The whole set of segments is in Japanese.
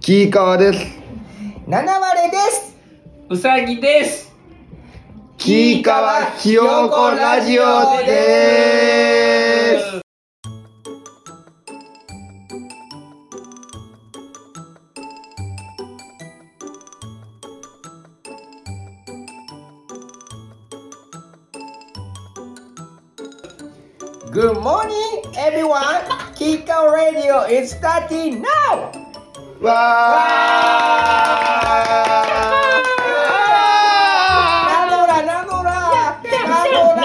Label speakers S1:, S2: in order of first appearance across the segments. S1: ちいかわです。
S2: 七割れです。
S3: うさぎです。
S1: ちいかわひよこラジオです。
S2: Good morning, everyone. Kika Radio is starting now.
S1: わ
S2: ナノラナノラナノラ
S3: そんな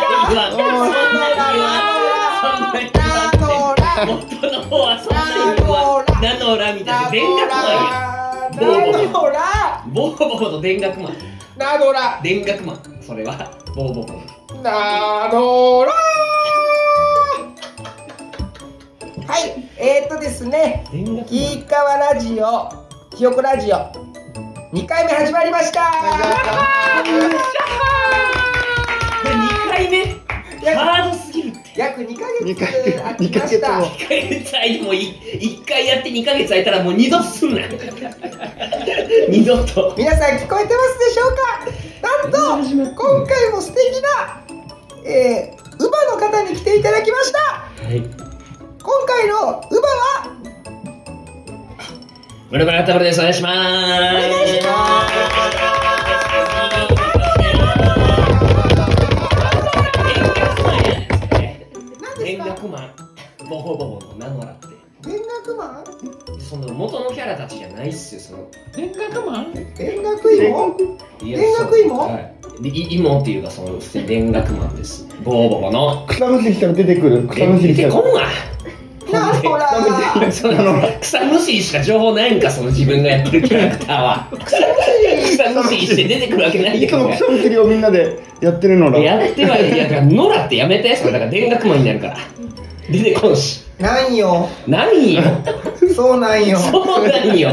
S3: に
S2: ナノラナノラ
S3: 元の方はそんなに言わんナノラみたいな電
S2: ナノ
S3: 学マンや
S2: ラ
S3: ボーボーの電学マン
S2: ナノラ
S3: 電学マンそれはボーボーの
S2: ナノラはい、えー、っとですね、
S3: 電学マン
S2: キーカワラジオ、ひよこラジオ、2回目始まりました
S3: これ2回目ハードすぎるって
S2: 約2ヶ
S1: 二
S2: 月
S1: ヶ月
S2: 空きました。
S1: 二ヶ
S3: 1ヶ月空いてもう1回やって2ヶ月空いたらもう二度とすんな二度と
S2: 皆さん聞こえてますでしょうかなんと今回も素敵な、えー、ウバの方に来ていただきました
S3: はい
S2: 今回のウバは
S3: 村村田村ですお願いします
S2: お願いしま何ですか
S3: 連絡マンボコボコの名乗らって
S2: 連絡マン
S3: その元のキャラたちじゃないっすよその連絡マン
S2: 連絡芋
S3: いや
S2: 連絡芋
S3: そうはいでい芋っていうかその普通に連絡マンですボーボコの
S1: 草むしりしたら出てくる。草むしり
S3: 出
S1: してたら
S3: こんわ
S2: なほら
S3: その草むしりしか情報ないんかその自分がやってるキャラクターは草むしりして出てくるわけない
S1: い
S3: や
S1: つも
S3: ん
S1: 草むしりをみんなでやってるのだ。
S3: やってはいるいやだから野良ってやめてそれだから電学マンになるから出てこんし
S2: なんよ
S3: 何よ
S2: そうなんよ
S3: そうなんよ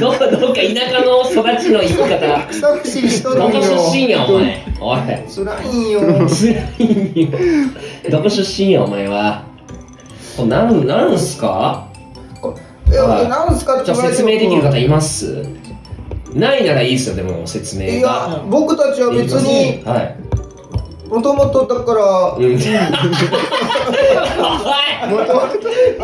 S3: どうどうか田舎の育ちの生き方
S2: 草むしりしとる
S3: ど
S2: ん
S3: こ
S2: よ
S3: 出身やお前おい
S2: つらいんよ
S3: つらいよどこ出身やお前はこれなんなんすか
S2: えなんすかって
S3: じゃ
S2: 言
S3: あ
S2: われて
S3: 説
S2: も
S3: 明できる方いますないならいいっすよでも説
S2: い
S3: 明が
S2: や僕たちは別に
S3: はい
S2: もともとだから
S3: うん おい
S2: あ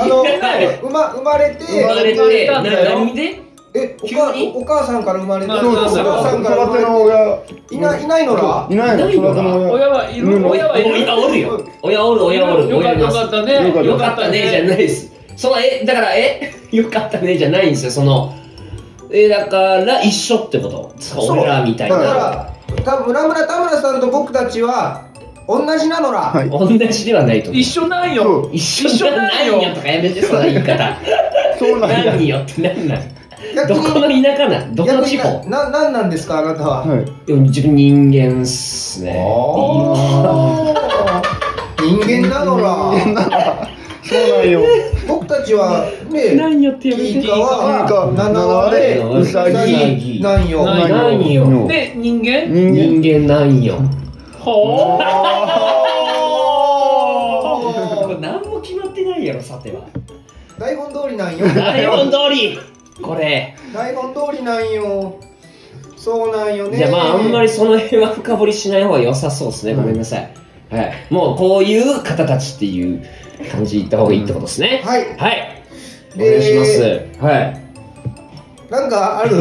S2: の生ま生まれて
S3: 生まれ
S1: 生まれ
S3: て
S1: た
S3: なん
S1: だよ
S3: 何で
S2: えお
S3: 急
S2: か
S3: に
S2: お母さんから生まれて、
S1: そうそうそう。
S2: お母さんから
S1: 育
S2: 生ま
S1: て
S2: れて
S1: の親。
S2: いないいないのら
S1: いないの。育ての親。
S4: 親はい
S1: いる
S4: る
S1: の
S4: 親はいる
S3: 親おるよ親おる親おる
S4: よか
S3: 親い
S4: ったよ
S3: ます
S4: かったね
S1: よか
S3: よかったねじゃないです。そのえだからえ よかったねじゃないんですよ。そのえだから一緒ってこと。そう俺らみたい
S2: だか
S3: な。
S2: らた村村田村さんと僕たちは同じなのら、
S1: はい
S3: 同じではないと思う
S4: 一。緒なん
S1: そ
S4: よ
S1: う
S3: 一緒
S4: 一
S3: じ
S4: 緒
S3: ゃ
S4: な
S3: なんい
S4: よ
S3: よとかやめてその言い方。
S1: そうなんだ。
S3: 何よって何なん。
S2: 逆
S3: どこ
S2: に
S3: の田舎なん。どこの
S2: 逆
S3: 地
S2: に
S3: 方。
S2: なななんなんですかあなたは、
S1: はい。
S3: でも自分人間っすね。
S2: あー人間なのら
S1: そうなんよ。
S2: 僕たちはね
S3: 何よってやめ
S2: キ
S3: て。
S2: イカは
S1: キイカ
S2: 七割れ
S1: 七割
S2: うさぎ
S3: うさぎ
S2: なんよ
S4: な
S3: 何よ。
S1: よ
S4: で人間
S1: 人間。
S3: 人間なん よ。
S4: ほう
S3: こ
S2: お
S3: れ
S2: ー
S3: 何も決まってないやろさ ては。
S2: 台本通りなんよ
S3: 台本通り。これ。
S2: 台本通りなんよそうなんよね
S3: じゃあまああんまりその辺は深掘りしない方が良さそうですね、
S1: うん
S3: ごめんなさい、はい、もうこういう方たちっていう感じで言った方がいいってことですね、
S2: はい
S3: はいお願いします、はい
S2: なんかある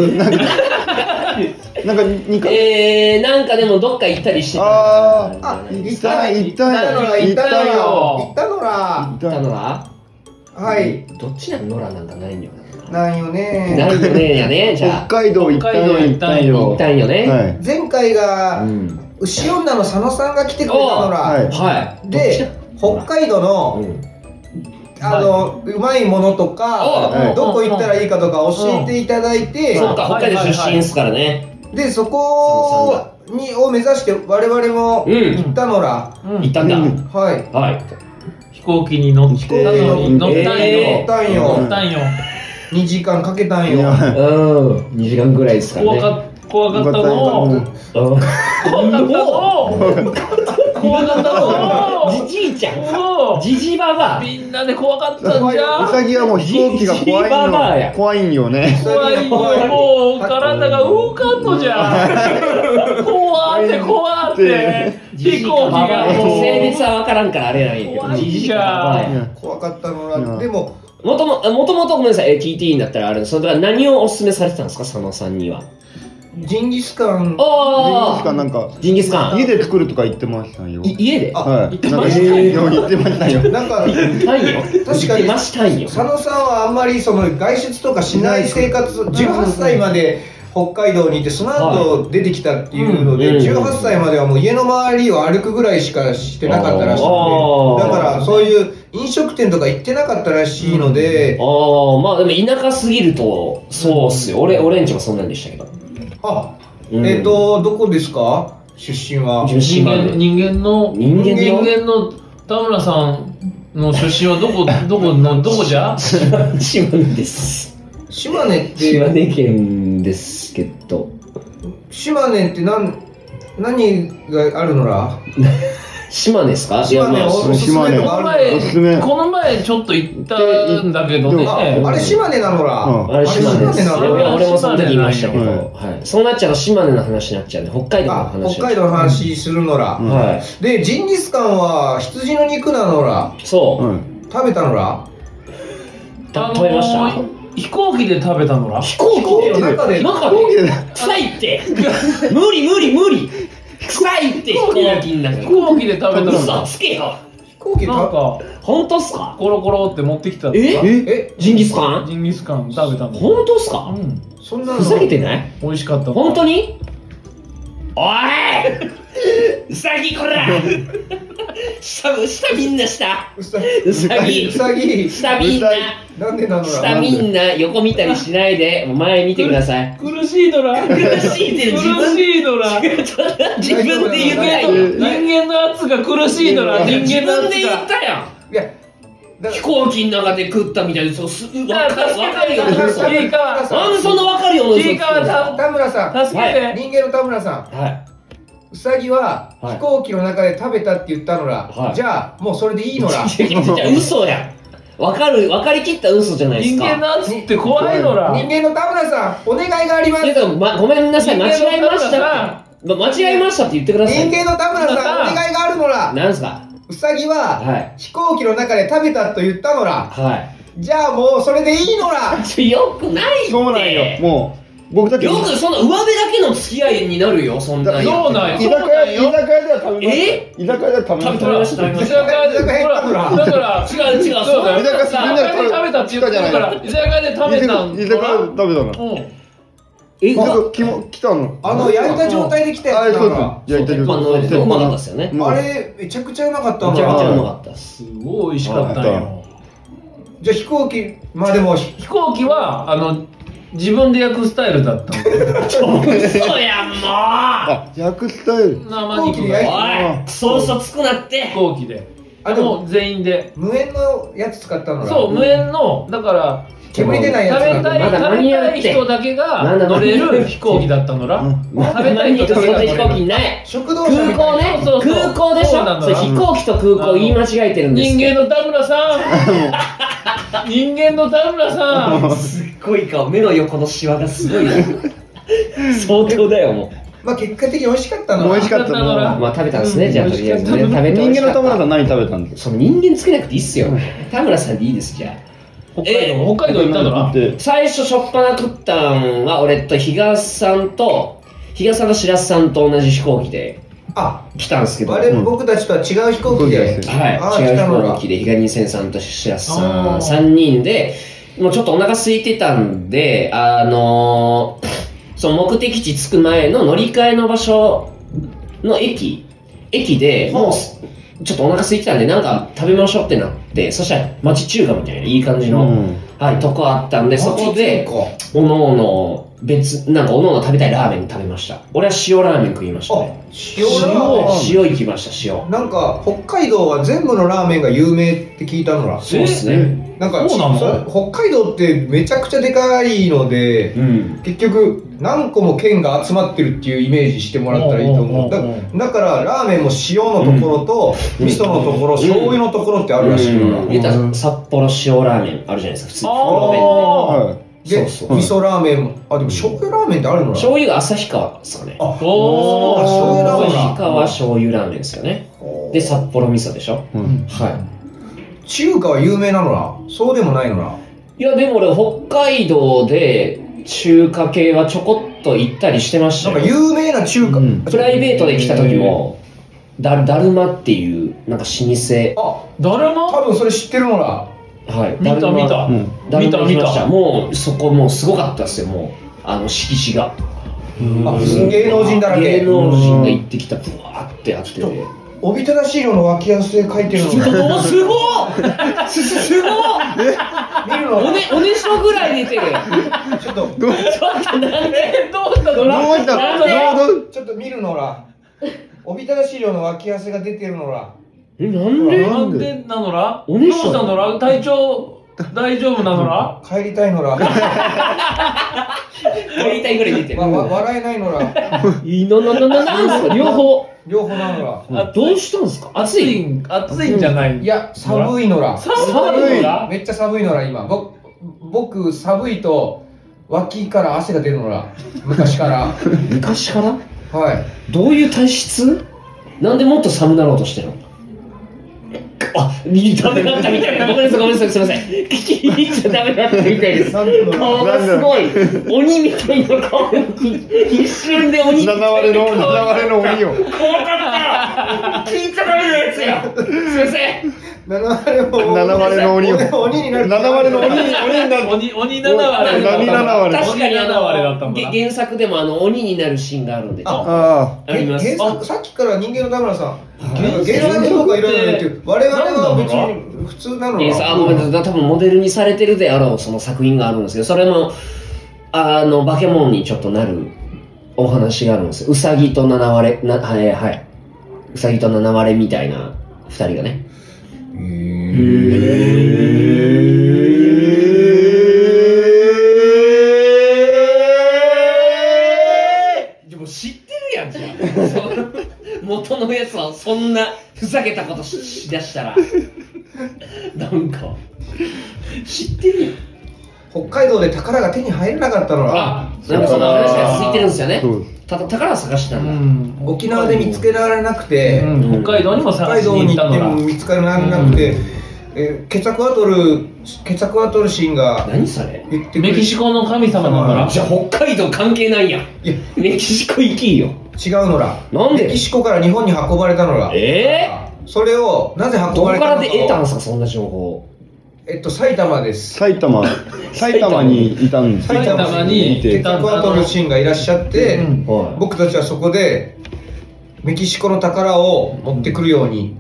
S1: なんか二回。
S3: えー、なんかでもどっか行ったりしてた
S1: あー
S2: あ、
S3: 行
S2: 行っ
S1: 行ったた
S2: よ
S1: 行ったよ
S2: 行ったよ行
S1: 行
S2: ったのら
S3: ったのは
S2: はい
S3: どっちなの野良なんかないんよな
S2: なんよ
S3: ない
S2: ね
S3: よねやねじ
S1: 北
S3: ゃあ
S1: 海道行ったよ行った
S3: 行
S1: よ
S3: ったんよね、
S1: はい
S2: 前回が
S3: うん
S2: 牛女の佐野さんが来てくれたの
S1: は
S2: ら
S1: い
S3: はい
S2: で北海道
S3: う
S2: の
S3: ん、
S2: あのうまいものと
S3: は
S2: か
S3: い
S2: どこ行ったらいいかとか教えていただいて
S3: そうか北海道出身ですからね、
S2: でそこにを目指して我々も
S3: うん
S2: 行ったのら
S3: 行ったんだ、
S1: うん
S2: はい
S3: はい
S4: 飛行機に乗ったのに乗ったん
S2: 行
S3: え
S2: っ
S4: よ
S2: たん
S1: ー
S4: 乗っ
S2: よ
S4: たんよ
S2: 2時間かけたん
S1: い
S2: よ
S1: や
S3: うん、2時間ぐらいですかね。
S4: 怖かっ怖かったのを
S3: うん
S4: 怖 かったのを怖かったのを
S3: じじいちゃん
S4: も
S3: じじばば
S4: うみんなで怖かったんじゃ
S1: うさぎはもう飛行機が怖い
S3: ジジババアや
S1: の怖いんよね
S4: 怖いよもう体が動かんのじ ゃん怖って怖って飛行機がもう
S3: 性別は分からんからあれなんやけど
S4: 怖い
S3: じじ
S4: じ
S3: いかババア
S4: ゃん
S3: や
S2: 怖かったの
S1: う
S2: な。
S1: ん
S2: でも、
S3: もとももともとごめんなさい、えー聞いていいんだったらあるんですそれは何をお勧めされてたんですか、佐野さんには。
S2: ジンギスカン。
S1: 確か
S3: あ
S1: なんか
S3: あジンギスカン。
S1: 家で作るとか言ってましたよ
S3: い家で
S2: あ
S1: は
S2: 行
S1: い
S2: って
S1: なん
S2: ま
S1: か
S2: した
S3: ね
S1: 言ってましたよ
S2: なんか、
S3: したいよ。
S2: 確
S3: 行っ
S2: か
S3: て
S2: に
S3: ましたんよ。
S2: 佐野さんはあんまりその外出とかしない生活、18歳まで北海道にいて、その後出てきたっていうの
S3: うん
S2: で、18歳まではもう家の周りを歩くぐらいしかしてなかったらしくて
S3: あー、
S2: だからそういう飲食店とか行ってなかったらしいので、
S3: ああ、まあでも田舎すぎると、そうっすよ。俺、俺んちもそんなんでしたけど。
S2: あ、
S3: うん
S2: えっ、と、どこですか出身は。
S3: 自
S4: 人
S3: 信があ
S4: 間
S3: る
S4: 人間の
S3: 人間
S4: 人
S3: の
S4: 間の田村さんの出身はど こどこのどこじゃ
S3: 島根です。
S2: 島根っ
S3: 島
S2: て、
S3: 根県ですけど。
S2: 島根って何、何があるのら
S3: 島根ですかいや、
S2: 島根
S3: まあ、
S2: お
S3: そう
S2: すすめとか
S4: この
S2: ある
S1: おすす
S4: 前
S1: め
S4: この前ちょっと行ったんだけどね
S2: のああれ島根なのら、
S1: うん
S3: あれ島根です。い
S2: あれ
S3: や
S2: 島根なの
S4: いや
S3: 俺もその時言いましたけど、
S1: 島根なん
S3: はい。そうなっちゃうと島根の話になっちゃうね。北海道の
S2: あ
S3: 話
S2: 北
S3: になっ
S2: 海
S3: ちゃ
S2: 道の話するのら、
S1: う
S3: う。
S1: 道
S3: は
S2: でジンギスカンは羊の肉なのら
S3: い。そう。
S1: うん
S2: 食べたのら
S3: た食べました
S4: あのー飛行機で食べたのら
S3: 飛行機
S2: 飛行機の中で
S3: 中
S1: 飛行機
S3: で
S1: で
S3: 臭いって無理無理無理臭いって飛行機の中
S4: 飛
S3: で
S4: 行機で食べたの
S3: 嘘
S4: ら
S3: つけよ
S2: 飛行機で
S4: なん
S2: 食
S4: か
S3: 本当っすか
S4: コロコロって持ってきたの
S3: え
S2: べ
S1: え
S2: え
S3: ジンギスカン
S4: ジンギスカン食べたの
S3: 本当っすか
S4: うん
S2: そんなの
S3: ふざけてない
S4: 美味しかった
S3: 本当においうさぎこら 下下みんな下
S2: うさ
S3: うさぎ
S2: うさぎ
S3: 下みんな
S1: うさ
S2: なんでなの
S3: 下
S2: ら
S3: みんな横見たりしないでもう前見てくださ い
S4: 苦しいのら
S3: 苦
S4: 苦
S3: しいって自分
S4: しいのら
S3: 自分で言ってないよ
S4: 人間の圧が苦しいのら人
S3: 自
S4: 間の
S3: 分
S4: 圧
S3: で言っ
S4: が
S3: たやん
S2: いやだ
S3: 飛行機の中で食ったみたいで、そうす、わかる、
S4: だから
S3: わかるよ。
S4: だから
S3: 嘘
S2: だ
S4: いいか
S3: なんでそんなわかるよ。嘘つく
S4: いいか
S3: は
S2: 田村さん
S4: 助けて
S2: 人間の田村さ
S3: い。
S2: んうさぎは
S3: はい
S2: 飛行機の中で食べたって言ったのら、
S3: はい
S2: じゃあもうそれでいいのら人
S3: いやいや嘘やん。わかる、わかりきった嘘じゃないです
S4: 人
S3: か。
S4: 間の圧って怖いのら
S2: 間の田村さんお願いがあります
S3: いやでもま、ごめんなさい、間違えました
S4: 人間のだ
S3: って。ま間違えましたって言ってくださ
S2: 人
S3: い。
S2: 間の田村さんお願いがあるのら
S3: なんすか。
S2: うさぎは、
S3: はい
S2: 飛行機の中で食べたと言ったのら
S3: は
S2: じゃあもうそれでいいのら
S3: い。ちょよくないって。
S1: そうなんよもう僕だけ
S3: よく、その上辺だけの付き合いになるよ、そんなんや
S4: そうなんよ
S1: 居酒屋居酒屋では食べました居酒屋では食べまし
S3: 食
S1: た
S3: べました。
S4: 居酒屋でほらだから
S3: 違う違う。
S4: そうだよ
S1: 居酒屋
S4: 居酒屋で食べたって言ったから居酒屋で食べた
S1: 居酒屋で食べたの
S4: う
S3: え、
S1: 僕
S3: な
S1: きも来たの
S2: あの焼いた状態で来た
S1: あ
S2: や
S1: れ
S2: つ
S1: そ
S2: な
S1: うそ
S2: のら
S1: う焼いた
S3: 鉄
S1: 状
S3: 板の上
S1: 態
S3: でうまかったっすよね。
S1: もう
S2: あれめちゃくちゃうまかった
S3: め
S2: の
S3: ちゃくちゃうま
S2: ら
S3: かったっす。
S4: んすごい美味しかったんよ
S2: じゃあ飛行機まあでもひ
S4: 飛行機はあの自分で焼くスタイルだったの
S3: 嘘やん、もう
S1: あ焼くスタイル
S4: 生
S2: 飛行機
S4: 肉
S2: で
S4: が
S2: 焼い
S4: 飛
S2: て
S3: おい、クソ嘘つくなって。
S4: 行機で
S2: あ
S4: あ
S2: でも
S4: の全員で
S2: 無塩のやつ使ったのら
S4: そう無縁のだから
S2: 煙出ないやつ
S4: 食べ
S2: だ
S4: たい
S3: まだ間
S4: 食べ
S3: に合う
S4: た
S3: って
S4: い人だけ
S3: な
S4: が
S3: んだ
S4: 乗れ
S3: 間に合うっ
S4: る
S3: て
S4: 飛行機だったのら
S1: うん
S4: 食べたい人だ
S3: そん
S4: けが
S3: な飛
S4: 乗れ
S3: 行機
S4: る
S3: ない。
S2: 食堂車
S3: 空
S2: みた
S3: 港
S2: い
S3: ね
S2: な。
S4: そうそう
S3: 空港でし
S4: そうな
S3: ょ。
S4: ん
S3: そ
S4: だ
S3: れ
S4: な
S3: 飛行機と空港言い間違えてるんです
S4: 人
S3: け
S4: 間
S3: ど。
S4: の田村さん 人間の田村さん
S3: すっごい顔、目の横のシワがすごいな。相当だよ、も
S2: まあ結果的に美味しかったの
S1: 美
S2: ら
S1: 味しかった
S4: だから
S3: う。
S1: な
S3: まあ食べたんですね、じゃあとりあえずね。
S4: うん
S3: 食べて
S1: 人
S3: 美味し
S1: 間
S3: か
S1: の
S3: った
S1: 玉田さん何食べたんですか
S3: その人間つけなくていいっすよ。田村さんでいいです、じゃあ。
S4: 北海道北海道行ったの
S1: 行
S4: ら
S1: って
S3: 最初初っ端食ったんは、俺と比嘉さんと、比嘉さんと白洲さんと同じ飛行機で
S2: あ
S3: 来たんですけど。
S2: 我々僕たちとは違う飛行機であ
S3: は
S2: あ
S3: い、違
S2: 来
S3: う
S2: た
S3: 飛
S2: の
S3: 行
S2: ら
S3: 機で、ひがにせんさんとしらすさ
S4: あ
S3: ん、
S4: ー
S3: 3人で、もうちょっとお腹空いてたんで、あのーその目的地着く前の乗り換えの場所の駅、駅で、もう、ちょっとお腹空いてたんで、なんか食べましょうってなって、そしたら町中華みたいな、いい感じの、
S1: うん
S3: はい、とこあったんで、そこで、
S2: あ
S3: おのおの別、なんか、おのの食べたいラーメン食べました。俺は塩ラーメン食いましたね。
S2: 塩ラーメン
S3: 塩行きました、塩。
S2: なんか北海道は全部のラーメンが有名って聞いたのら
S3: そうっすね。
S2: なんか
S4: そうなの
S2: そ北海道ってめちゃくちゃでかいので、
S3: うん。
S2: 結局何個も県が集まってるっていうイメージしてもらったらいいと思う
S4: うんう
S2: だ
S4: んうんうん
S2: だからラーメンも塩のところと、
S3: うん
S2: 味噌のところ、
S3: うん
S2: 醤油のところってあるらしいから、
S3: うん
S2: で
S3: 言ったら札幌塩ラーメンあるじゃないですか、普通に。
S4: あー
S3: 袋麺で。
S1: は
S3: そうそう
S2: 味噌ラーメンもあでも醤油ラーメンってあるの
S3: 醤油が旭川ですかね。
S2: あ
S4: おー
S2: そうだ醤油ラーメン
S3: 旭
S2: だ
S3: 川醤油ラーメンですよね。で、札幌味噌でしょ。
S1: い。うん
S3: は。
S2: 中華は有名なのなそうでもないのない
S3: いや、でも俺、北海道で中華系はちょこっと行ったりしてまし
S2: なん
S3: た
S2: か
S3: よ。
S2: 有名な中華、
S1: うん
S3: プライベートで来た時も、だだるまっていう、なんか老
S2: あ
S4: だるま
S2: 多分それ知ってるのな
S3: 舗。はい。
S4: 見た
S3: だるま
S4: 見た
S1: うん
S3: だるま来
S4: 見た
S3: まし
S4: 見た
S3: た。もう、そこもうすごかったですよ、もう。あの、色紙が。
S2: あ芸能人だらけ
S3: 芸能人が行ってきた、ブワーってやってて。
S2: おびただしい量の脇汗で書いてるの
S4: ちょっとおすごい
S3: すごい
S2: 見る
S3: お
S2: の
S3: ね、おねしょぐらい出てる。
S2: ちょっと
S3: ちょっとなんで
S4: どうしたの
S1: どうした
S4: なんで
S1: どう
S2: ちょっと見るのらおびただしい量の脇汗が出てるのら
S3: え、なんで
S1: な
S4: なんん
S1: で
S4: でなのらど
S3: お
S4: う
S3: ねしょ
S4: したのら体調大丈夫なのら
S2: 帰りたいのらわ
S3: やりたいぐらい出てる。
S2: わ笑えないのら
S3: いいなななななんすか両方。
S2: 両方なの
S3: あどうしたんですか暑い。
S4: ん暑いんじゃない
S2: らいや寒いのら
S4: 寒いのら
S2: めっちゃ寒いのら今ぼ僕寒いと脇から汗が出るのら昔から
S3: 昔から
S2: はい
S3: どういう体質なんでもっと寒なろうとしてるのあ、いいダメだったみたいな。ごめんなさい、ごめんなさい、すいません。聞いちゃダメだったみたいです。
S2: なんでのら
S3: 顔がすごい。鬼みたいな顔。一瞬で鬼みた
S1: 七
S3: いな顔
S1: 割の、七割の鬼を。
S3: 怖かった聞いちゃダメなやつやすいません
S2: 七割も
S1: 七割の鬼を。
S2: 鬼になる
S1: 七割の鬼、鬼になる。
S4: 鬼鬼七割
S1: 鬼七割
S3: 確かにあ
S4: 鬼七割だった
S3: の
S4: もんな
S3: げ原作でもあの鬼になるシーンがあるんで
S2: あ
S1: あ
S3: あります
S2: 原作さっきから人間の田村さん
S3: 原作
S2: 原作とかいろいろ言ってる我々は別
S4: なんだ
S2: に普通なの
S3: 原作あごめんな
S2: な
S3: さい多分モデルにされてるであろうその作品があるんですけどそれのあの化け物にちょっとなるお話があるんですようさぎと七割れなはいはいうさぎと七割れみたいな二人がねでも知ってるやんじゃんその 元のやつはそんなふざけたことししだ したらなんか知ってるやん
S2: 北海道で宝が手に入らなかったのは
S3: あなんかその話が続いてるんですよね
S1: そう
S3: た宝探してたんだ、
S2: 沖縄で見つけられなくて、
S4: うん北海道にも
S2: 北
S4: 探
S2: 海
S4: し
S2: 道
S4: に行
S2: に
S4: っ
S2: 行
S4: た
S2: って
S4: の
S2: も
S4: ら
S2: 見つからなくて、えーケチャクワトルケチャクワトルシーンが
S3: 何それ
S2: 言ってくれ
S4: メキシコの神様なのら
S3: じゃあ北海道関係ないやん
S2: いや
S3: メキシコ行きよ
S2: 違うのら
S3: なんで
S2: メキシコから日本に運ばれたのら
S3: え
S2: それをなぜ
S3: え
S2: 運
S3: どこ
S2: ばれ
S3: か
S2: たの
S3: ら
S2: か
S3: で
S2: を
S3: 得たんですかそんな情報
S2: えっと埼玉です
S1: 埼 玉、埼玉にいたんですよ。
S4: 埼玉に
S2: ケチャクワトルシーンがいらっしゃって、
S4: うん
S3: はい
S2: 僕たちはそこでメキシコの宝を持ってくるように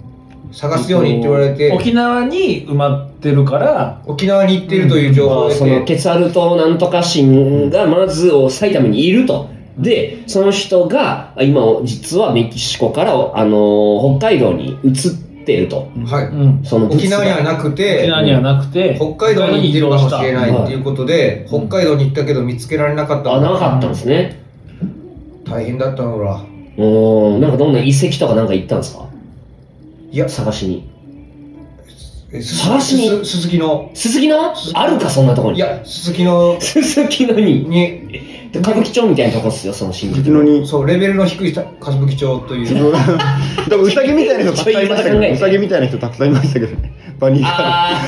S2: 探すようにって言われて
S4: 沖縄に埋まってるから
S2: 沖縄に行っているという情報
S3: ま
S2: を
S3: あ、
S2: 得
S3: その
S2: て、
S3: ケツァルトなんとか神がまず埼玉にいると。で、その人が今実はメキシコから、あの北海道に移ってると。
S2: は
S4: う
S2: い、
S4: ん
S3: その
S2: 沖縄にはな
S3: く
S2: く
S4: 沖
S2: て
S4: 縄にはなくて
S2: 北海道に行ってるかもしれない
S3: うん
S2: っていうことで北海道に行ったけど見つけられなかった
S3: あ、な
S2: の
S3: かったんですね。
S2: 大変だったのら
S3: おーなんかどんな遺跡とかなんか行ったんですか
S2: いや
S3: 探しに。
S2: えす
S3: 探しに
S2: すすすきの
S3: 鈴木のあるかそんなとこ
S2: い
S3: に。
S2: やすすきの
S3: 鈴木のに。
S2: に
S3: 歌舞伎町みたいなとこっすよ、その新宿
S1: うちのに。
S2: そうレベルの低い歌舞伎町という
S1: でも、うさぎみたいな人たくさんいましたけど、うさぎみたいな人たくさんいましたけどね。バニーから。
S3: あ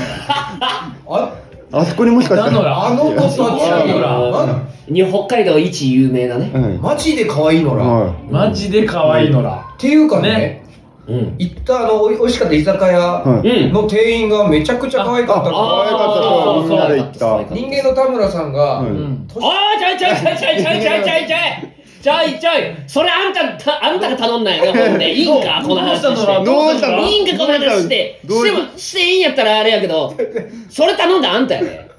S2: あ
S1: あそこにもしかした
S4: なのら
S2: あの子たち
S4: あ
S2: のら
S3: あ。に北海道一有名なね。
S1: はい。
S2: マジで可愛いのら、
S1: は
S4: マジで可愛いのら
S2: っていうかね
S4: ね
S3: うん。
S2: 行ったあのおい美味しかった居酒屋
S1: い。はい。
S3: うん。
S2: の店員がめちゃくちゃ可愛かったの
S1: 可愛かった
S4: あー
S1: みんなで行った。
S3: そうそうそう
S2: 人間の田村さんが、
S1: う
S4: うんん
S3: おーちょいちょいちょいちょいちょいちょいちょいちょいちょいちょいそれあんたたあんたが頼んだんやなほんでいいんかこの話
S4: どう
S3: し
S4: したの
S3: て
S1: どうしたの
S3: いいんかこの話して
S1: どう
S3: して
S1: した
S3: もしていいんやったらあれやけどそれ頼んだあんたやで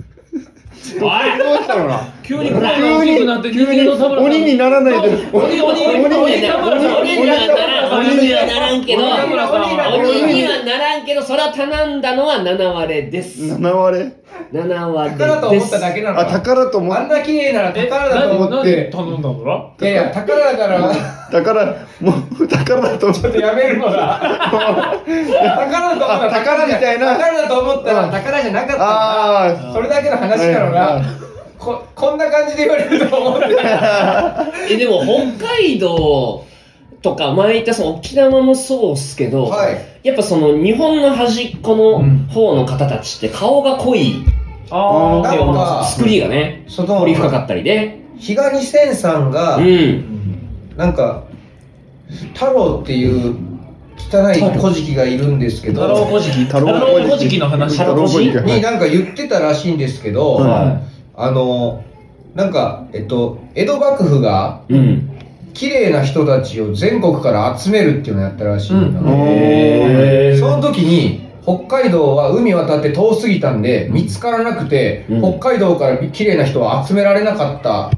S3: おい
S1: どうしたのな
S4: 今急に声が大きくなって人間の田村さん
S1: 鬼にならないで
S4: そう鬼
S1: 鬼に
S4: 鬼鬼田村さん
S3: 鬼にはならん
S4: 鬼
S3: 鬼にはならんけど
S4: 鬼田村さんは
S3: 鬼にはならんけどそら頼んだのは7割れです7
S1: 7割れ
S3: 割
S2: 宝と
S3: れで
S2: 思っ
S3: す
S2: ただけなの
S1: あ
S2: か
S1: 宝と思
S2: あん
S1: っ
S2: な綺麗なら
S4: え
S2: 宝だと思っ
S4: なんで頼んだのだ
S2: ていやいや宝だから
S1: 宝もう宝だと思っ
S2: ちょっと
S1: て
S2: やめるのだ宝だと思ったら
S1: あ宝みたいな
S2: 宝だと思った
S1: う
S2: ら
S1: ん
S2: 宝じゃなかったんだ
S1: あ
S2: それだけの話なの
S1: はい
S2: がここんな感じで言われると思って
S3: えでも北海道とか前行ったその沖縄もそうっすけど、
S2: はい
S3: やっぱその日本の端っこの方の方たちって顔が濃い、
S4: あ
S2: ーなんか
S3: 作りがね
S2: そ
S3: 彫
S2: の
S3: り深かったりね
S2: 比嘉二千さんが
S3: うん
S2: なんか太郎っていう汚い古事記がいるんですけ
S4: 太郎
S2: ど
S4: 古事記
S1: 太
S4: 太
S1: 郎
S4: 郎
S1: 古事記
S4: 古事記の話
S1: 太郎古事記
S2: になんか言ってたらしいんですけど、
S1: はい
S2: あのなんかえっと江戸幕府が
S3: うん
S2: 綺麗な人たちを全国から集めるっていうのをやったらしいんだ、
S1: うん
S3: へー
S2: その時に北海道は海渡って遠すぎたんで見つからなくて、
S3: うん
S2: 北海道から綺麗な人は集められなかった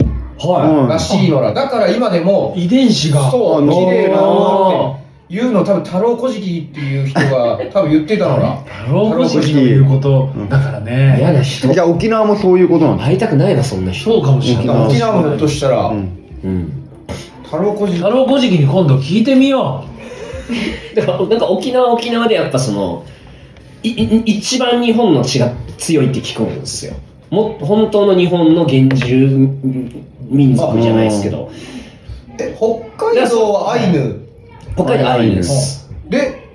S4: は
S1: うん
S2: らしいのら、だから今でも
S4: い遺伝子が
S2: そう
S1: あ
S2: 綺麗なの
S4: あ
S2: って言うの多分太郎古事記っていう人が多分言ってたのら
S4: 太郎古事記の言うことだから
S3: 嫌
S4: ね
S3: な
S1: あ
S3: 人
S1: じゃあ沖縄もそういうことなんだ
S3: 会いたくないなそんな人
S4: そうかもしれない
S2: 沖縄もとしたら、
S1: うん
S3: うん
S2: 太郎古事記
S4: 太郎古事記に今度聞いてみよ
S3: だからなんか沖縄は沖縄でやっぱそのいい一番日本の血が強いって聞くんですよも本当の日本の原住民族じゃないですけど
S2: え北海道はアイヌ
S3: 北海道アイヌです
S2: で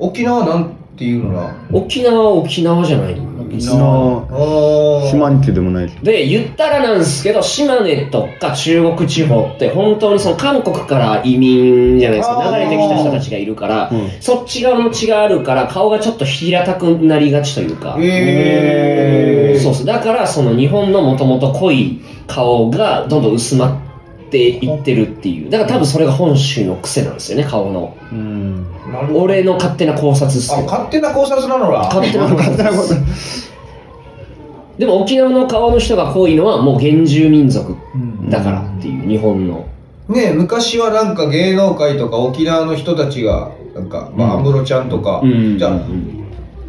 S2: 沖縄なんていうのら
S3: 沖縄は沖縄じゃないんです
S1: 沖縄島にってでもないし
S3: で言ったらなんですけど島根とか中国地方って本当にその韓国から移民じゃないです
S2: あ
S3: か
S2: ー
S3: 流れてきた人たちがいるから、
S1: うん
S3: そっち側の血があるから顔がちょっと平たくなりがちというか、
S2: え
S3: そうそうだからその日本のもともと濃い顔がどんどん薄まっていってるっていうだから多分それが本州の癖なんですよね顔の
S1: うん
S2: なるほど
S3: 俺の勝手な考察っす
S2: あ
S3: よ
S2: 勝手な考察なのら
S3: 勝手な考察ですでも沖縄の顔の人が濃いのはもう原住民族
S4: う、うん
S3: だからっていう日本の
S2: ねえ昔はなんか芸能界とか沖縄の人たちがなんかまあ安室ちゃんとか、
S3: うん
S2: じゃあ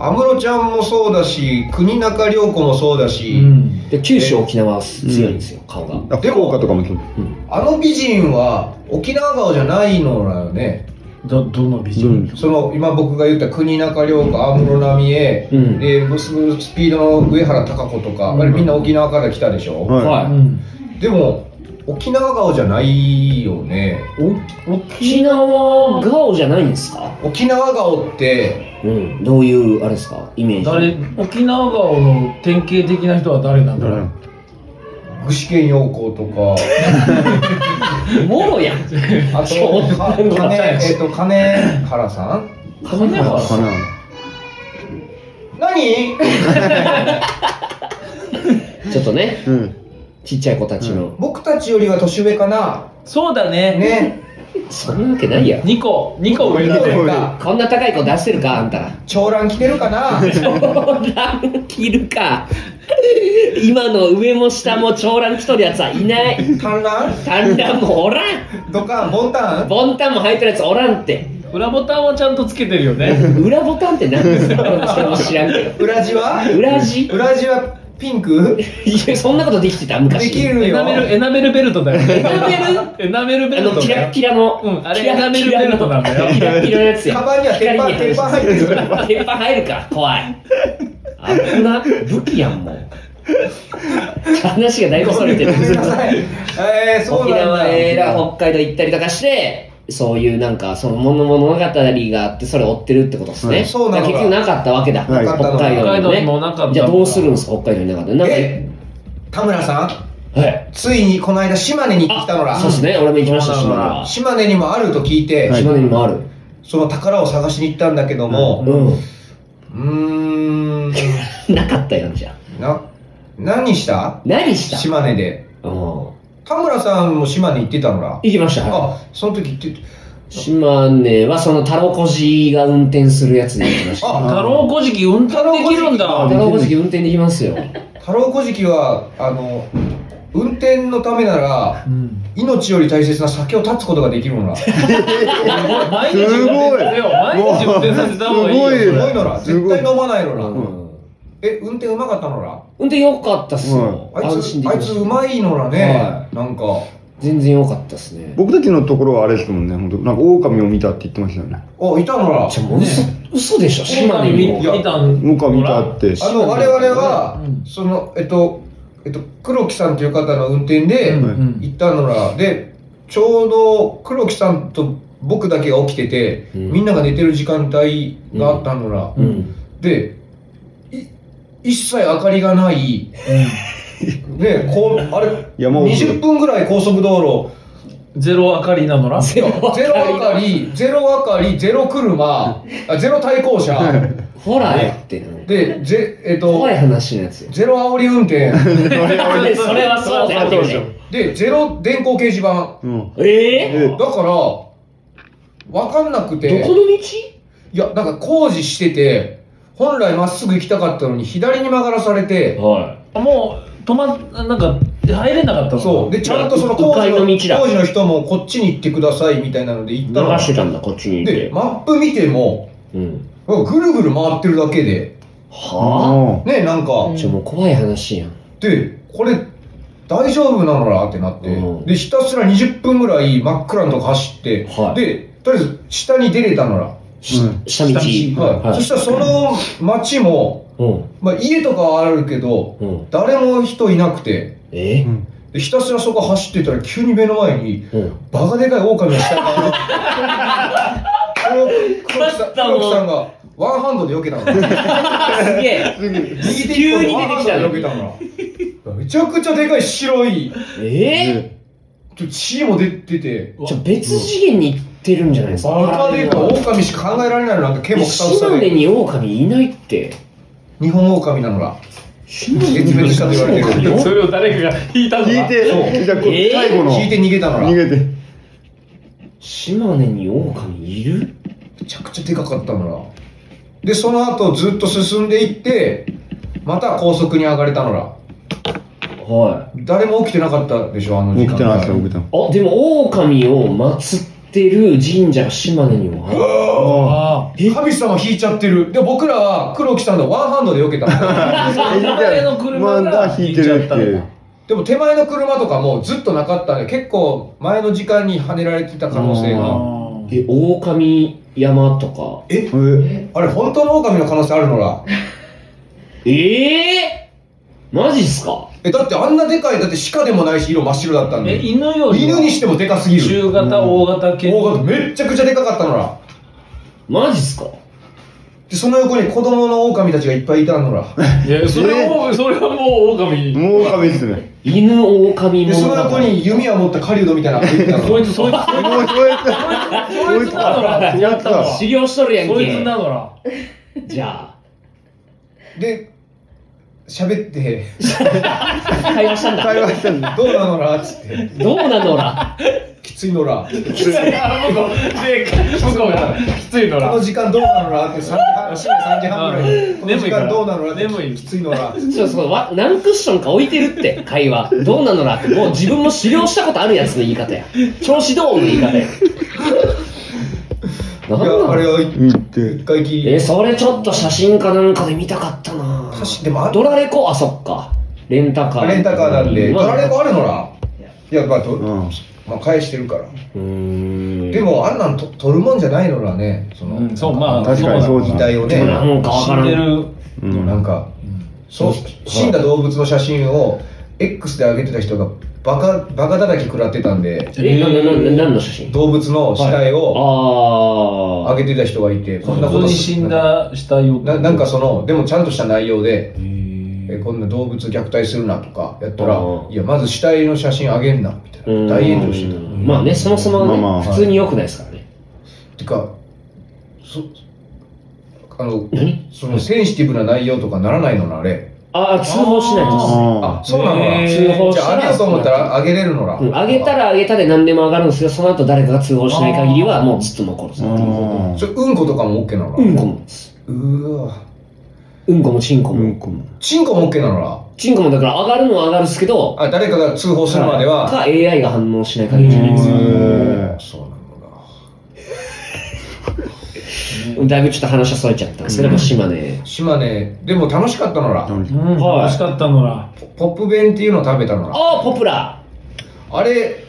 S2: 安室ちゃんもそうだし国中涼子もそうだし、
S4: うん
S3: で九州沖縄は強いんですよ、顔が
S1: あ福岡とかもそう
S2: あの美人は沖縄顔じゃないのらよね
S4: どどの美
S1: どういうん
S4: 人
S1: ですか
S2: その今僕が言った国中涼子安室奈美恵、
S3: うん
S2: でブスブスピードの上原貴子とか、
S4: うん
S2: あれみんな沖縄から来たでしょ、
S1: は
S4: うん
S2: でも沖縄顔じゃないよね
S3: 沖縄顔じゃないんですか
S2: 沖縄顔って
S3: うんどういうあれですかイメージ
S4: 誰沖縄顔の典型的な人は誰なん
S1: い
S4: だろう
S2: 具志堅用高と か
S3: もろや ん
S2: あと、か金、えっと、金原さん
S3: 金
S1: 誰
S3: は
S1: かな
S2: 何
S3: ちょっとね
S1: うん
S3: ちっちゃい子たちの、
S2: 僕たちよりは年上かな
S4: そうだね
S2: ね。
S3: そんなわけないやろ
S4: 2個2個上だ
S2: な
S4: ね
S2: んか、
S3: こんな高い子出してるかあんたら
S2: 長蘭着てるかな
S3: 長蘭着るか今の上も下も長蘭着とるやつはいない
S2: 短蘭
S3: 短蘭もおらん
S2: ドカン、ボンタン
S3: ボンタンも履いてるやつおらんって
S4: 裏ボタンはちゃんとつけてるよね
S3: 裏ボタンって何ですかそれも知らんけど
S2: 裏地は
S3: 裏地
S2: 裏地はピンク
S3: いやそんなことできてた
S2: で
S3: 昔
S2: きる
S4: エ
S2: よ
S4: ナ。メルエナメルベルトだよ
S3: エ
S4: ね
S3: ナメル
S4: エナメルベ
S3: あ
S4: ル
S3: の
S4: ト
S3: キ
S4: だ
S3: ラ
S4: よ
S3: ッキラの、
S4: うんあれ
S3: キラッキラ
S4: エナメルベルトなんだよ
S3: キラッキラのやつや
S2: カバンには鉄板
S3: 光
S2: 鉄板入ってるから
S3: 鉄板入るから怖いあんな武器やんもう話がだいぶ
S2: ご
S3: そ
S2: め
S3: れて
S2: ん
S3: る
S2: ごめんなさい。えー、そう
S3: 沖
S2: なん
S3: 縄
S2: だ。
S3: へ北海道行ったりとかしてそういうなんかその物物語があってそれを追ってるってことですね、
S1: うん
S2: そうなのだ
S3: だから結局なかったわけだ、
S1: はい
S3: 北海道にも
S4: 北海道に
S3: ね
S4: もなかったんだ
S3: じゃあどうするんですか北海道になかったなんか
S2: え、田村さん、
S3: はい
S2: ついにこの間島根に行ってきたのら
S3: そうですね俺も行きましたし
S4: そうなの
S3: ま
S2: 島根にもあると聞いて、
S3: あ
S1: はい
S3: 島根にもある、
S2: その宝を探しに行ったんだけども、
S3: うん
S2: うーん、
S3: なかったやんじゃん
S2: な、何した
S3: 何した
S2: 島根で。
S3: うん行
S2: 田村さんも島根行ってたのら。
S3: きましたはい
S2: あ、その時行って、
S3: 島根はそのタロコジが運転するやつで行きました
S2: あ
S4: 太郎古事記運転できるんだ
S3: タロコジ運転できますよ
S2: 太郎古事記は、あの、運転のためなら、命より大切な酒を断つことができる のな。す
S4: 毎日運転させよう毎日運転させた方がいいよ
S1: もうす
S4: それ
S2: ごいのら、
S1: す
S2: 絶
S1: ごい
S2: 対飲まないの
S3: う
S2: ら。
S3: ん。
S2: え、運転うまかったのら
S3: 運転良かったっすよ。
S2: あい
S3: 安
S2: つ
S3: 心、で
S2: あ
S3: き
S2: い
S3: ま
S2: つ
S3: し
S2: う
S3: た。
S2: まいのらねな
S3: は、
S2: んか。
S3: 全然良かったっすね。
S1: 僕たちのところはあれですもんね、本当なんか狼を見たって言ってましたよね。
S2: お、いたのら。
S3: じゃあもう嘘、嘘でしょ、島
S4: 狼
S3: 根
S4: 見
S3: にも。
S4: 見たん
S1: 狼見たって。
S2: あの、我々は
S4: う、ん
S2: その、えっと、えっと、黒木さんという方の運転で、
S4: うん
S1: ん
S2: 行ったのら、で、ちょうど黒木さんと僕だけが起きてて、
S3: うん
S2: みんなが寝てる時間帯があったのら、
S3: うん。
S2: で、い一切明かりがない、ね、こう、あれ、
S1: 山奥
S2: 20分ぐらい高速道路、
S4: ゼロ明かりなのら
S3: ゼロ。
S2: ゼロ明かり、ゼロ明かり、ゼロ車、あゼロ対向車、
S3: ホラーやってるの。
S2: で、ぜえっと
S3: 怖、い話のやつよ。
S2: ゼロ煽り運転、
S3: それはそうだよね。
S2: で、ゼロ電光掲示板。
S1: うん。
S3: え
S1: え
S2: だから、わかんなくて。
S3: どこの道
S2: いや、なんか工事してて、本来まっすぐ行きたかったのに左に曲がらされて、
S3: は
S4: もう止まっなんか入れなかったの
S2: そう。で、ちゃんとその
S3: う
S2: 工事の
S3: 迂回の道だ
S2: 工事の人もこっちに行ってくださいみたいなので行っ
S3: 流
S2: たの。
S3: してたんだ、こっちにい
S2: で
S3: て、。
S2: マップ見ても、
S3: うん。
S2: なんかぐるぐる回ってるだけで、
S3: は
S2: ね、なんか、
S3: ぁちょ、もう怖い話やん。
S2: で、これ、大丈夫なのなってなって、
S3: うん
S2: で、ひたすら20分ぐらい真っ暗のとこ走って、
S3: はい
S2: で、とりあえず下に出れたのら、
S3: し
S1: うん
S3: 下道。
S2: はいそしたらその街も、
S3: うん。
S2: まあ家とかはあるけど、
S3: うん。
S2: 誰も人いなくて、
S3: え
S1: うん
S2: でひたすらそこ走ってたら急に目の前に
S3: うん。
S2: バカでかい狼の下が現れてこの黒木さん黒木さんがワンハンドで避けたの
S3: すげえ。
S2: 右手一
S3: 急
S2: 本
S3: に
S2: でワンハンドで避
S3: 出
S2: けたのめちゃくちゃでかい白い
S3: え
S2: ちょ血も出てて
S3: じゃあ別次元に行ってるんじゃないですか。
S2: バカでかい狼しか考えられないのなんか毛もくさくさ
S3: 島根
S2: で
S3: に狼いないって。
S2: 日本狼なのら
S3: 島
S2: 根に絶滅したと言われてる
S4: それを誰かが引いたの
S1: 聞いて、じゃあ、こう
S3: えー
S1: 最後の。
S2: 引いて逃げたのら
S1: 逃
S2: め
S1: げて。
S3: 島根に狼いる
S2: ちゃくちゃでかかったのらでその後ずっと進んでいってまた高速に上がれたのら
S3: は。
S2: 誰も起きてなかったでしょあの時
S1: 起
S2: 間
S1: きてなかった、起き てない
S3: あ、でも狼を祀ってる神社が島根にもある。
S4: あ
S3: え
S2: 神様引いちゃってる。で、僕らは黒木さんのワンハンドで避 けた。
S4: あ
S1: た。
S4: 手前の車が
S1: 引いてるっていう。
S2: でも手前の車とかもずっとなかったんで、結構前の時間にはねられてた可能性
S1: あ
S2: が。
S4: あ
S3: え、狼山とか。
S2: え
S1: え
S2: あれ、本当の狼の可能性あるのら。
S3: ええマジっすか
S2: え、だってあんなでかい、だって鹿でもないし、色真っ白だったん
S4: え
S2: で。
S4: 犬より
S2: 犬にしてもでかすぎる。
S4: 中型大型犬
S2: 大型めっちゃくちゃでかかったのら。
S3: マジっすか
S2: で、その横に子供の狼たちがいっぱいいたのら。
S4: いやそれはもうそれはもう狼
S1: もう狼ですね。
S3: 犬狼
S2: で、そ
S3: 物
S2: の横
S3: 語。
S2: に弓を持った狩人みたいなのがいたの
S4: こ
S2: ら
S4: いつそいつ
S1: もうそうやって。
S4: そいつなのらやったのら
S3: 修行しとるやん
S4: そいつな
S3: け。
S4: のら
S3: じゃ
S2: で、喋って、
S3: あ、会話したんだ。
S1: 会話した んだ。
S2: どうなのらつって。
S3: どうなのら。
S2: きついのら。
S4: あ向こうで向こうがきついのら
S2: この時間どうなのなって3時半深夜3時半ぐらいに
S4: うん
S2: この時間どうなのなって
S4: 眠い
S2: きついのな
S3: そうそう、わ何クッションか置いて るって、会話。どうなのらって、もう自分も修行したことあるやつの言い方や。調子どうの言い方 や。なん
S2: い
S3: な
S2: や
S3: の
S2: あれは一
S1: 見て。
S2: 回き
S3: え
S2: り
S3: それちょっと写真かなんかで見たかったな
S2: 写真でもあん
S3: ドラレコあ、そっか。レンタカー。
S2: レンタカーなんで
S3: ま
S2: ドラレコあるのないやまあと
S1: うん。
S2: まあ返してるから
S3: うーん。
S2: で、もあんなんと取るもんじゃないのらねその
S4: うんそうまあ
S1: 確かにそう
S2: 遺
S1: だ
S2: 体を
S3: で
S2: ね
S3: もなんかわ
S4: 死
S3: か
S4: ん
S3: ら
S4: で
S3: ん。
S4: る
S1: う
S2: なん
S1: ん。
S2: かそう死んだ動物の写真を X で上げてた人がバカバカ叩き食らってたんで
S3: え、な、な、な、何の写真
S2: 動物の死体を
S3: あ
S2: 上
S3: あ。
S2: げてた人がいてこんなこ
S4: 普
S2: と
S4: 通に死んだ死体を
S2: ななんかそのでもちゃんとした内容で
S4: へー
S2: えーこんな動物虐待するなとかやったら
S3: あー
S2: いやまず死体の写真あげんなみた
S3: う
S2: い
S3: ーん
S2: な大炎上してたっ
S3: まあね、そもそもね、
S1: まあまあ
S3: 普通に良くないですからね。
S2: てかそあの
S3: 何
S2: そのセンシティブな内容とかならないのなあれ
S3: ああ、通報しないと。
S2: あ
S1: あ
S2: そうなのな
S4: へー
S3: 通報
S2: じゃああげようと思ったらあげれるのな
S3: うん上げたら上げたで何でも上がるんですけど、その後誰かが通報しない限りは、もうずっと残るっていう
S1: あ。
S3: こ
S2: それうんことかも OK なの
S3: と。うん、
S2: な
S3: こもです。
S2: うーわ
S3: うんこもチンコ
S1: う
S3: も。
S1: んこも。
S2: チンコも OK なのな
S3: チンコもだから上がるのは上がるっすけど、
S2: あ、誰かが通報するまでは。
S3: か AI が反応しない限りじゃないです
S1: へー
S2: そうなんだ。
S3: か。だいぶちょっと話はそれちゃったんですけど、やっぱ島根。
S2: 島根、でも楽しかったのら、
S1: 楽しい
S4: うん、
S3: はい
S4: 楽しかったのら。
S2: ポップ弁っていうのを食べたのら、
S3: ああ、ポプラ
S2: あれ、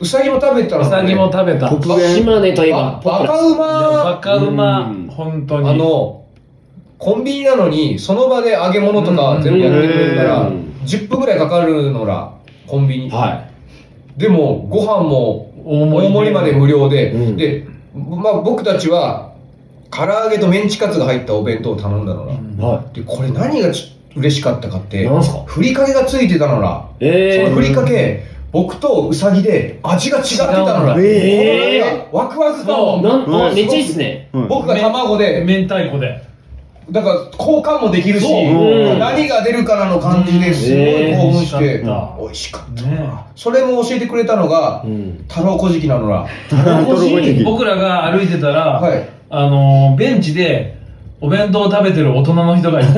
S2: うさぎも食べたの
S4: うさぎも食べた。
S1: ポップ
S3: 島根といえば
S2: あ、
S3: ポプ
S2: バ
S3: ラ。
S2: カう
S4: バ
S2: ま
S4: カうま
S1: うん、
S4: 本当に。
S2: あの、コンビニなのに、その場で揚げ物とか全部やってくれるから
S3: うんうん、
S2: 10分ぐらいかかるのら、コンビニ。
S3: は
S2: でも、ご飯も
S4: 大盛
S2: 大
S4: り
S2: 盛りまで無料で、
S3: うん
S2: で、まあ僕たちは、唐揚げとメンチカツが入ったお弁当を頼んだのら、
S4: うん
S3: い。は
S2: で、これ何がち嬉しかったかって、
S3: い。なんすか
S2: ふりかけがついてたのら、
S3: え
S2: そのふ
S3: ー
S2: りかけ、僕とウサギで味が違ってたのら、
S4: 違う
S3: えー
S2: このなんかワクワク感を
S3: なん
S1: うん
S3: あめっちゃいいっすね。
S1: はい
S2: 僕が卵で、
S4: 明太子で。
S2: だから交換もできるし、
S4: そう
S1: うん
S2: 何が出るかなの感じですごい興奮して、
S4: うん美味しかった
S2: 美味しかった
S4: ね
S2: それも教えてくれたのが、
S3: うん。
S2: 太郎小じきなのら、
S1: タロコジキ
S4: 僕らが歩いてたら、
S2: はい
S4: あのーベンチでお弁当を食べてる大人の人がいて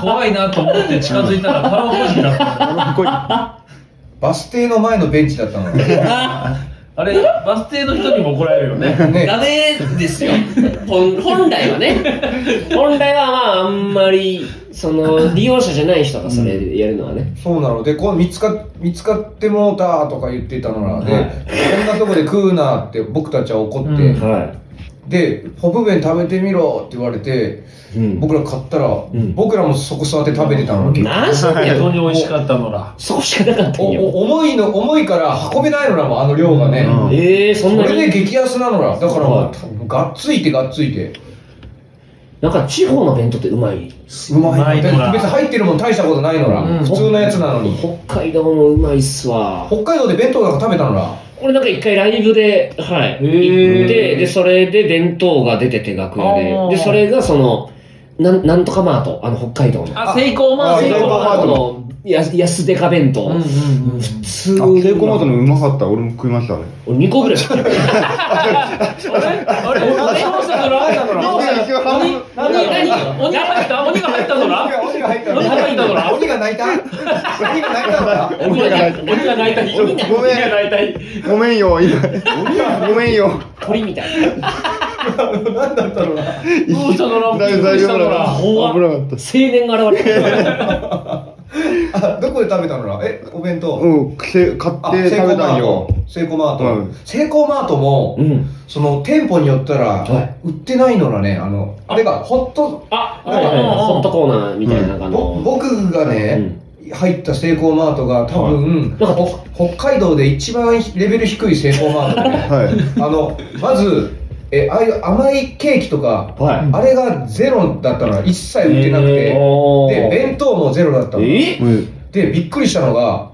S4: 怖いなと思って近づいたらタラコジだった
S1: タロコジ
S2: バス停の前のベンチだったのら、
S4: あれバス停の人にも怒られるよね
S3: ダ
S2: ね、
S3: メですよ。本本来はね。本来はまあ、あんまり、その、利用者じゃない人がそれやるのはね。
S2: そうなので、こう見つか見つかってもうたとか言ってたのら、で、
S3: はい
S2: こんなとこで食うなって僕たちは怒って、
S4: うん
S3: は
S2: で、ホブ弁食べてみろって言われて、
S3: い。うん。
S2: 僕ら買ったら、
S3: ん
S2: 僕らもそこ座って食べてたのに、
S3: なんすか
S4: 本当
S3: よ。
S4: に美味しかったのら
S3: そこしかなかった
S2: お
S3: んや。
S2: お重いの重いから運べないのらもうあの量がね、
S1: うん
S3: ええー、そん
S2: そ
S3: な
S2: れで
S3: に。
S2: 激安なのらだからも
S3: は
S2: う
S3: い
S2: 多分がっついてがっついて
S3: なんか地方の弁当ってうまい。
S2: うまい
S4: まいのら
S2: 別に入ってるもん大したことないのら、
S4: うん
S2: 普通のやつなのに
S3: 北海道もうまいっすわ。
S2: 北海道で弁当なんか食べたのら
S3: 俺なんか一回ライブで、はい。
S4: ー
S3: 行って、で、それで弁当が出てて楽屋
S4: あー
S3: で。で、それがその、なんなんとかマート、あの北海道の。
S4: あセイコーマー
S2: あ
S4: ト
S2: セイコーマート
S3: のや安デカ弁当。
S4: うんうんうん
S3: 普通
S1: あ、テイコマートのうまかった。俺も食いました、あれ。
S3: 2個ぐらい食ってる。
S4: あれ鬼どうしたのら鬼鬼鬼鬼が入った鬼が入ったのら
S2: 鬼が入った
S4: のら
S2: 鬼が泣いた鬼が泣いたのら
S4: 鬼が泣いた鬼が泣いた日鬼
S1: ごめん
S4: が泣いた日
S1: ごめんよ、今。ごめんよ。
S3: 鳥みたいな。
S2: 何だったのら
S4: どうしたのら
S1: 大
S4: びっくり
S1: 丈
S4: した
S1: 夫
S4: のら
S1: だ。
S3: 怖っ
S1: 危なかった
S3: 青。年が現れてる。
S2: あどこで食べたのらえお弁当、
S1: うん、癖、買
S2: あ
S1: って食べたんよ。
S2: セイコーマート、
S1: うん
S2: セイコーマートも、
S3: うん。
S2: その店舗によったら、
S3: は
S2: 売ってないのらねあのあれがホット
S3: あ、
S2: はいはい
S4: はい
S3: ホットコーナーみたいな、なんかあ
S2: ぼ
S3: の、
S2: 僕がね、入ったセイコーマートが多分、
S3: はい
S2: ほ北海道で一番レベル低いセイコーマートで、
S1: はい。
S2: あのまずえああいう甘いケーキとか、
S3: はい。
S2: あれがゼロだったのが一切売ってなくて、
S3: おー
S2: で弁当もゼロだったの
S3: え
S1: うん
S2: でびっくりしたのが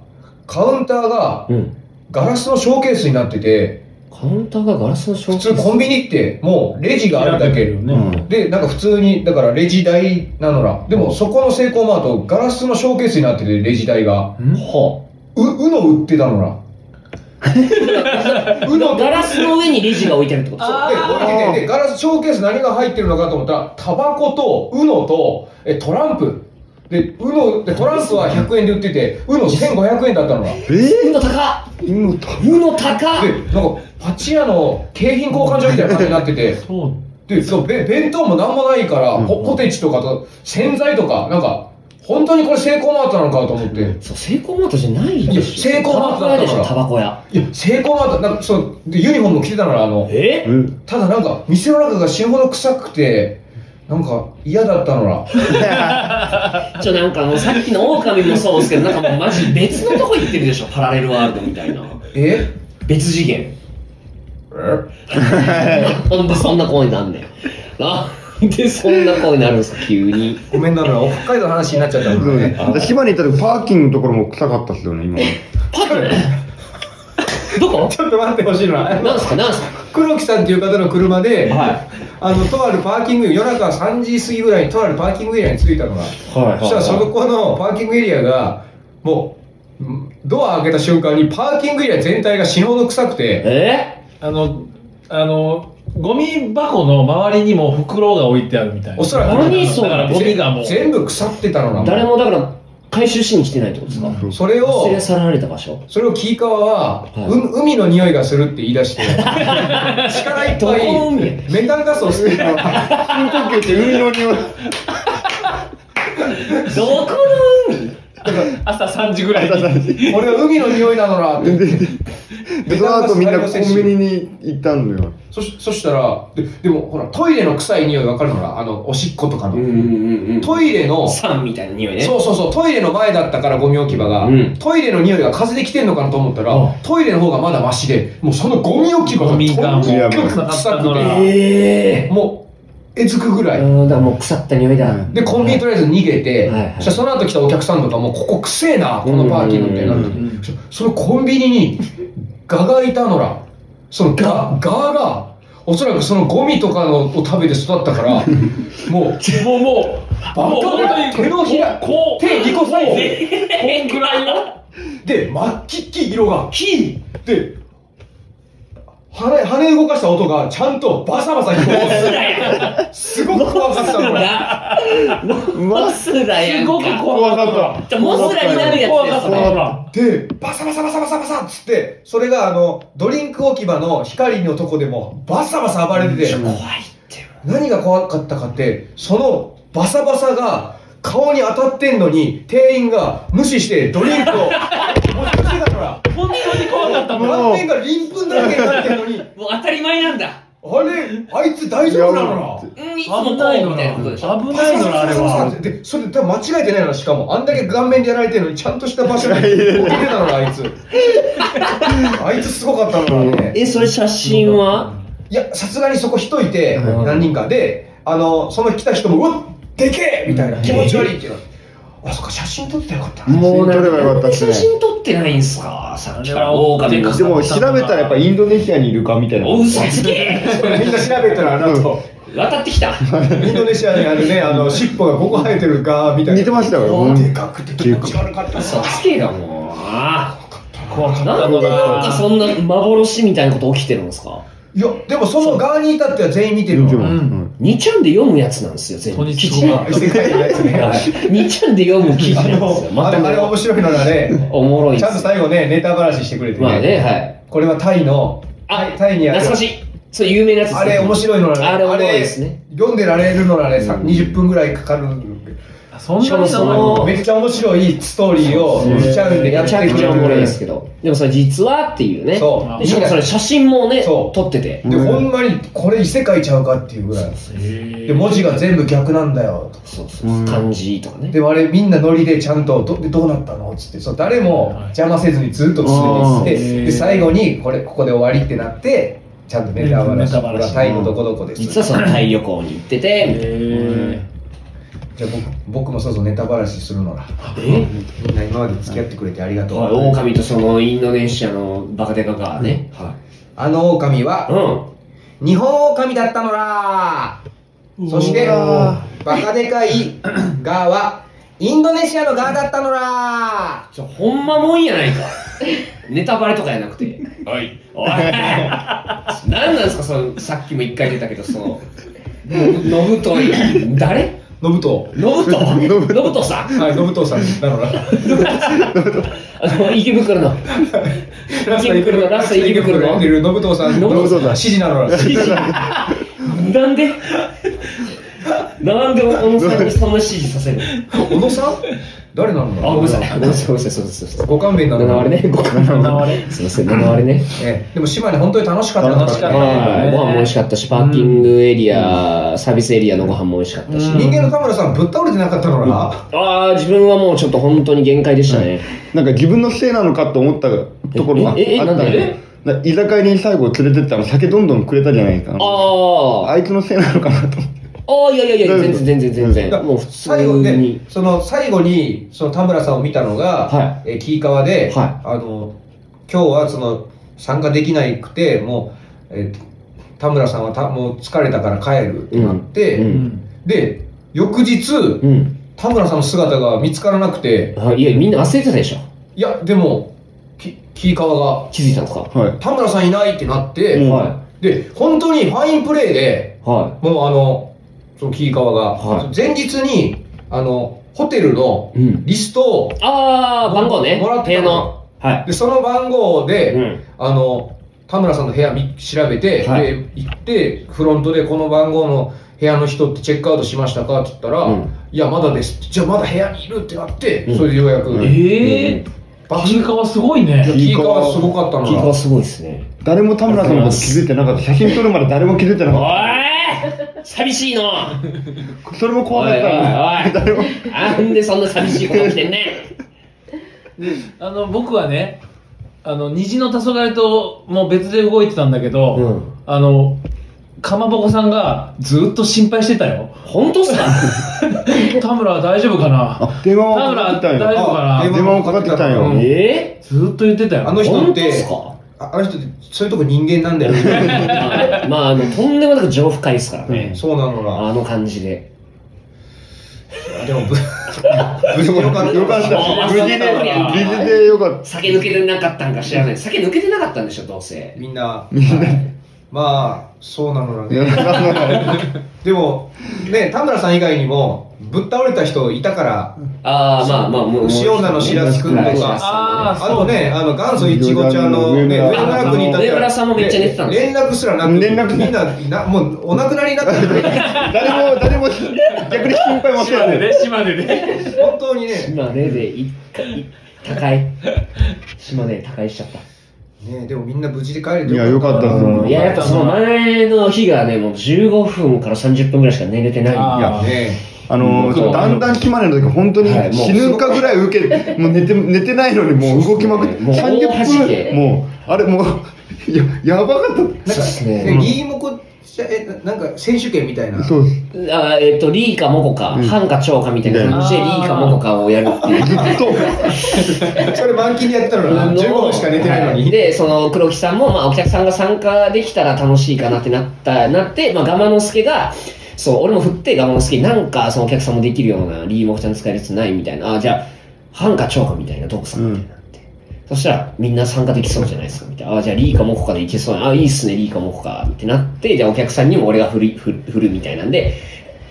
S2: カウンターが
S3: うん。
S2: ガラスのショーケースになってて
S3: カウンターがガラスの
S2: 普
S3: 商
S2: 通
S3: 品。
S2: コンビニってもうレジがあるだけ
S1: う
S4: ね
S1: ん。
S2: でなんか普通にだからレジ台なのらでもそこのセイコーマートガラスのショーケースになっててレジ台が。
S3: は
S2: う、うの売ってた のな。うの
S3: あガラスの上にレジが置いてあるってこと
S2: で置いててでガラスショーケース何が入ってるのかと思ったらタバコとうのとえトランプでうのでトランプは100円で売っててうの1500円だったのなで
S3: う
S1: え
S3: の高
S1: ーうのと。
S3: うの高
S2: なんかパチ屋の景品交換所みたいな感じになってて
S4: そう
S2: でそうべ弁当も何もないから、
S1: うん
S2: ポポテチとかと洗剤とかなんか本当にこれセイコーマートなのかと思って。
S3: そう、セイコーマートじゃないでしょ。
S2: いやセイコーマートだった
S3: タバコ屋でし
S2: か
S3: ょ、
S2: ら
S3: タバコ屋。
S2: いや、セイコーマート、なんか、そう、でユニフォーム着てたのら、あの、
S3: え
S1: うん
S2: ただなんか店の中が死ぬほど臭くてなんか嫌だったのら
S3: ちょ、なんかあの、さっきの狼もそうですけど、なんかもうマジ別のとこ行ってるでしょ、パラレルワールドみたいな。
S2: え
S3: 別次元。
S2: え
S3: なんでそんな声になん ねん。なんでそんな声になるんですか、急に。
S2: ごめんなのら北海道の話になっちゃったの
S1: そう
S2: ね
S1: ね。で島に行った時、パーキングのところも臭かったっすよね、今。
S3: パッとどこ
S2: ちょっと待ってほしいな
S3: なんすか、なんすか。
S2: 黒木さんっていう方の車で、
S3: はい
S2: あのとあるパーキング夜中3時過ぎぐらいにとあるパーキングエリアに着いたのが、
S3: はい
S2: そしたらその子のパーキングエリアがもうんドア開けた瞬間にパーキングエリア全体が死ぬほど臭くて
S3: え
S4: あの、あの、ゴミ箱の周りにも袋が置いてあるみたいな。
S2: おそらく
S3: 何それ
S4: だからゴミがもう。
S2: 全部腐ってたのな
S3: 誰もだから回収しに来てないってことですか
S1: そう
S2: それ
S3: 忘
S2: を
S3: れ去られた場所
S2: それをキイカワは、
S3: はいう
S2: 海の匂いがするって言い出して 力いっ
S3: ど
S2: ぱ
S3: この海
S2: いメタンガスを吸ってた
S1: 深呼吸して海の匂い。
S3: どこの海
S4: 朝3時ぐらいに。
S2: 俺は海の匂いなのなって
S1: で、その後みんなコンビニに行ったのよ。
S2: そしそしたらででもほらトイレの臭い匂いわかるのらあのおしっことかの、
S3: うん
S2: トイレの
S3: 酸みたいな匂いね
S2: そうそうそう、トイレの前だったからゴミ置き場が、
S3: うん
S2: トイレの匂いが風で来てんのかなと思ったら、
S4: うん
S2: トイレの方がまだマシで、もうそのゴミ置き場が
S4: ゴミがもう
S2: とにかく
S4: 臭かった
S2: 臭
S4: の
S2: く
S4: ら
S2: て、
S3: え
S2: もう、えずくぐら
S3: え
S2: い。
S3: うんだからもう腐った匂いだ
S1: うん
S2: で、コンビニとりあえず逃げて、
S3: はいはい
S2: そしたらその後来たお客さんとかも、ここくせえな、このパーティーのみたいになって
S3: う
S2: そそのコンビニに、ガがいたのら、そのガ、ガが、おそらくそのゴミとかのを食べて育ったから、もう、
S4: もうもう、もう本当に
S2: 手のひら
S4: こう、
S2: 手2個サイズ
S4: こんぐらいよ。
S2: で、真っ黄っ黄色が、キーで、羽、羽動かした音がちゃんとバサバサ聞こえてすごく怖かったのこれ。
S3: だモスだや
S4: す
S3: んか
S4: ごく怖かった。
S3: じゃあモスラになるやつ
S4: 怖か
S3: で
S4: っ
S3: す
S4: た
S3: ね
S4: な。
S2: で、バサバサバサバサバサっつって、それがあの、ドリンク置き場の光のとこでもバサバサ暴れてて、
S3: 怖いって
S2: 何が怖かったかって、そのバサバサが顔に当たってんのに、店員が無視してドリンクを持ち出してたから、
S4: 本当に怖かったもん。
S2: 顔面が鱗粉だらけになってんのに、
S3: もう当たり前なんだ
S2: あれ、あいつ大丈夫なのな
S3: うんいつもこう
S4: 危
S3: み
S4: ないの
S3: たいなことでしょ
S4: な。危ないのな、あれは。
S2: で、それ、多分間違えてないのな、しかも。あんだけ顔面でやられてるのに、ちゃんとした場所に置いてたのな、あいつ。 あいつすごかったのな、ね。
S3: えそれ写真はい
S2: や、さすがにそこ人いて、
S3: うん
S2: 何人かで、あの、その来た人も、うわっでけえみたいな、気持ち悪いっていうの。あ、そっか、写真撮ってたらよかったな。
S3: もうな
S1: 写真撮ればよか
S3: ん
S1: った
S3: で
S1: っす
S3: 写
S1: ね
S3: 真撮ってないんすかさっきから狼が
S4: で
S1: でも調べたらやっぱインドネシアにいるかみたいな。
S3: お嘘つけ
S2: みんな調べたら、なんと、
S3: 渡ってきた
S2: インドネシアにあるね、あの、尻尾が5個生えてるガーみたいな。
S1: 似てましたよ
S2: おでかくて気持ち悪かった
S3: 嘘
S2: な。
S3: つけだもう
S4: 怖かった
S3: なん
S4: の
S3: でなん
S4: な
S3: か。そんな幻みたいなこと起きてるんですか
S2: いや、でもそのガーに至っては全員見てる
S1: 見て
S2: わ。
S1: ます
S4: う
S3: 2ちゃんで読むやつなんですよ全
S4: 本当
S3: 部
S4: に
S3: 記
S4: す
S3: 事
S4: ご
S3: は
S4: かった
S2: 世界のやつね。
S3: い2ちゃんで読む記事
S2: あ
S3: なんですよ
S2: の、あれ、あれ面
S3: 全
S2: 白いのがね、
S3: くおもろいっ
S2: ちゃんと
S3: す
S2: 最後ね、ネタ話してくれてね。
S3: まあねはい
S2: これはタイの、タイタイにある
S3: 懐かしいそう有名なやつですね
S2: あれ面白いのがね、
S3: あれおもろいですね
S2: あれ読んでられるのがね、さ
S1: うん
S2: 20分ぐらいかかる。
S4: そんなにそ
S3: そ
S4: の
S3: う
S2: めっちゃ面白いストーリーを、
S1: そう
S2: ちゃうんでや
S3: め
S2: って
S3: ち
S2: く
S3: ゃ
S2: れ
S3: くちゃおもろいです
S2: る。
S3: けどでもそれ実はっていうね
S2: そう
S3: でしかもそれ写真もね
S2: そう
S3: 撮ってて
S2: で、
S1: うん
S2: ほんまにこれ異世界ちゃうかっていうぐらい。で、文字が全部逆なんだよ。
S3: そうそうそう漢字とかね
S2: で、あれみんなノリでちゃんとどでどうなったのっつってそう誰も邪魔せずにずっと続いて
S4: あ
S2: で
S4: ー
S2: で最後にこれここで終わりってなってちゃんとネタバラ
S4: ネ
S2: シ
S4: タバラシ
S2: これはタイのどこどこです
S3: 実はそのタイ旅行に行ってて
S4: え
S2: じゃあ僕僕もそうそうネタバラシするのら
S3: え
S2: みんな今まで付き合ってくれてありがとう、
S3: オオカミとそのインドネシアのバカデカがね、は
S2: あの狼
S3: い、
S2: は
S3: う
S2: 日本狼だったのらそしてバカでかいガーはインドネシアのガーだったのら
S3: んちょほんまもんやないか ネタバレとかやなくておいおい 何なんですかそのさっきも一回出たけどそののぶとい 誰
S2: ノブト
S3: のぶとのぶとさん
S2: はいノブトさんなのら
S3: あの池袋の池袋のラスト池袋の
S2: やってるノブトさん
S3: ノブ
S1: トさん
S2: 指示なのら
S3: なんでなんで小野さんにそんな指示させる
S2: 小野さん誰なの
S3: のあごめんなさいごめんなさいごめんなさいそうそうそう
S2: ご勘弁な
S3: 7
S2: の
S3: 割ね5回7割すいません7割ね
S2: ええでも島根本当に楽しかったな
S1: 楽しかった
S3: はい、ご飯も美味しかったし、パーキングエリア、サービスエリアのご飯も美味しかったし、
S2: 人間の田村さんぶっ倒れてなかったのかな
S3: ああ、自分はもうちょっと本当に限界でしたね。
S1: なんか自分のせいなのかと思ったところがあった
S3: えええ
S1: ん
S3: なんで
S1: で。な居酒屋に最後連れてったら酒どんどんくれたじゃないかな。
S3: ああ
S1: あいつのせいなのかなと思って。
S3: ああ、いやいやいや、全然全然全
S2: だ
S3: 然。もう普
S2: 最後
S3: 通
S2: ね
S3: に。、
S2: その最後にその田村さんを見たのが、
S3: は
S2: えーキイカワで、
S3: は
S2: あの今日はその参加できないくてもう、えー田村さんはたもう疲れたから帰るってなって、
S3: うん
S2: で翌日、
S3: うん。
S2: 田村さんの姿が見つからなくて
S3: あいや、みんな焦ってたでしょ。
S2: いやでもきキイカワが
S3: 気づいたんですか
S1: はい。
S2: 田村さんいないってなって、
S1: うん
S3: は
S2: で、本当にファインプレーで、
S1: は
S2: もうあの、そのキイカワが、
S1: は
S2: 前日に、あの、ホテルの
S1: い。うん。
S2: リストを、
S3: あー、番号ね。
S2: もらってたの
S3: 部屋の。はい。
S2: で、その番号で、
S3: うん。
S2: あの、田村さんの部屋見調べて、
S1: はい
S2: で、行って、フロントでこの番号の部屋の人ってチェックアウトしましたかって言ったら、
S1: うん
S2: いや、まだですって。じゃあまだ部屋にいるってなって、
S1: うん
S2: それでようやく、
S1: うん
S4: ええー、キイカワすごいね。
S2: キーカーはすごかった
S3: キーカ
S2: の
S3: は
S2: な。
S3: すごいですね。
S1: 誰も田村さんのこと気づいてなかった。写真撮るまで誰も気づいてな
S3: お
S1: か
S3: い寂しいの
S1: った。それも
S3: お
S1: 怖
S3: いお
S1: か
S3: いお
S1: っ
S3: い
S1: たな。誰も。
S3: なんでそんな寂しいことしてんね
S4: あの、僕はね、あの、虹の黄昏ともう別で動いてたんだけど、
S3: うん
S4: あの、かまぼこさんがずっと心配してたよ。
S3: ん。本当っすか
S4: 田村は大丈夫かな
S1: あ電話もかかってきたん
S4: 田村大丈
S1: よ。
S4: 夫かな
S1: あ電話もかかってきたん
S2: うん
S1: よ。
S3: え
S4: ずっと言ってたよ。
S2: あの
S3: ー、
S2: 人っ
S3: 本当ってす、か
S2: ああの人ってそういうとこ人間なん だよ。
S3: まあ、まあ、あの、とんでもなく情深いですからね。
S2: そうなのな。
S3: あの感じで。
S2: でも、 ぶ無事よかった。
S1: よかった。
S3: あ
S1: 無事で、無事でよかっ
S3: 酒抜けてなかったんか知らない。酒抜けてなかったんでしょ、どうせ。
S2: みんな、
S1: みんな
S2: まあ、そうなのな、
S1: た。いやなんか
S2: でも、ね、田村さん以外にも、ぶっ倒れた人いたから、
S3: ああ、まあまあ、もう。
S2: 塩菜の白津君と
S3: はい
S2: か、
S4: あ
S2: あとね、あの元祖いちごちゃんの、ね、
S1: 上
S2: 上
S1: 村
S2: 村君にいた
S3: 上村さんもめっちゃ寝てたんですよ
S2: 連絡すらなくて、
S1: 連絡
S2: みんなな、もうお亡くな りになったんで、
S1: 誰も、誰も、逆に心配もして
S4: 島
S1: ない
S4: 根。で、島根で。
S2: 本当にね、
S3: 島根で一回、高い。島根、高いしちゃった。
S2: ね、でもみんな無事で帰れて
S1: いや、よかったと思う。
S3: いや、やっぱその前の日がね、もう15分から30分ぐらいしか寝れてない。
S4: あ
S1: や
S2: ね、
S1: あのー、
S3: 僕は
S1: だんだん決まるの時、本当に
S3: はいもう
S1: 死ぬかぐらい受け、もう寝て、寝てないのに、もう動きまくって、
S3: そうそうもう大弾
S1: 30
S3: け
S1: 分、もう、 あれ、もう、いや、やばかっ
S2: なんか
S3: そうっす、ね
S2: ねギーモコちゃ、え、ななんか選手権みたいな、
S1: た。そうです。
S3: あえっ、と、リーかモコか、
S1: うん
S3: ハンかチョウかみたいな感じで、リ
S4: うん
S3: ーかモコかをやるっていう。
S1: ずっ と、
S2: それ満勤でやってたのな、15分しか寝てないの
S3: は
S2: に。
S3: で、その黒木さんも、まあ、お客さんが参加できたら楽しいかなってなった、なって、まあ、ガマノスケが、そう、俺も振ってガマノスケになんか、そのお客さんもできるような、リーモフちゃん使えるやつないみたいな、あ、じゃあ、ハンかチョウかみたいな、どうさんみたいになって。そしたら、みんな参加できそうじゃないですか、みたいな。あ、じゃあ、リーかモコかでいけそうな、あ、いいっすね、リーかモコか、ってなって、じゃあ、お客さんにも俺が振る、振る振るみたいなんで、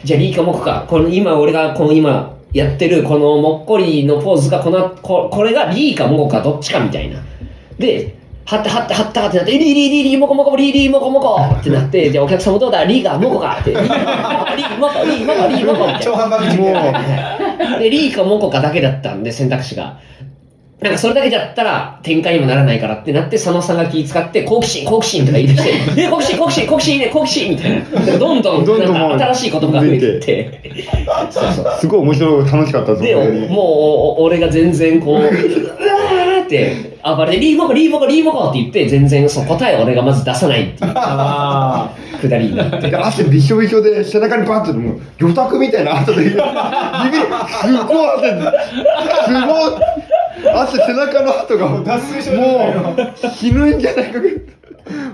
S3: じゃあ、リーかモコか、この今、俺が、この今、やってる、このもっこりのポーズが、この、ここれがリーかモコか、どっちかみたいな。で、はったはったはったってなって、リーリーリーリーモコモコリーリーモコモコってなって、じゃあお客さんもどうだリーがモコかって、リーモコリーモコリーモコみたい
S2: 超反発
S1: もう、
S3: な。で、リーかモコかだけだったんで、選択肢が。なんかそれだけだったら展開にもならないからってなって、佐野さんが気使って、好奇心、好奇心とか言い出して、え、好奇心、好奇心、好奇心いいね、好奇心みたいな。どんどん、
S1: どんどん
S3: なんか新しい言葉が増えてって。そうそう。
S1: すごい面白い、楽しかったです
S3: で、おもうおお俺が全然こう、うわーって、暴れて、リーボコ、リーボコ、リーボコって言って、全然そう答えを俺がまず出さないっていう
S4: あ
S3: くだりになって。
S1: で汗びしょびしょで背中にパンってもう魚拓みたいな汗で指すごい汗すごい汗背中の跡がもう
S2: 脱水症状みたいな
S1: 死ぬんじゃないかぐら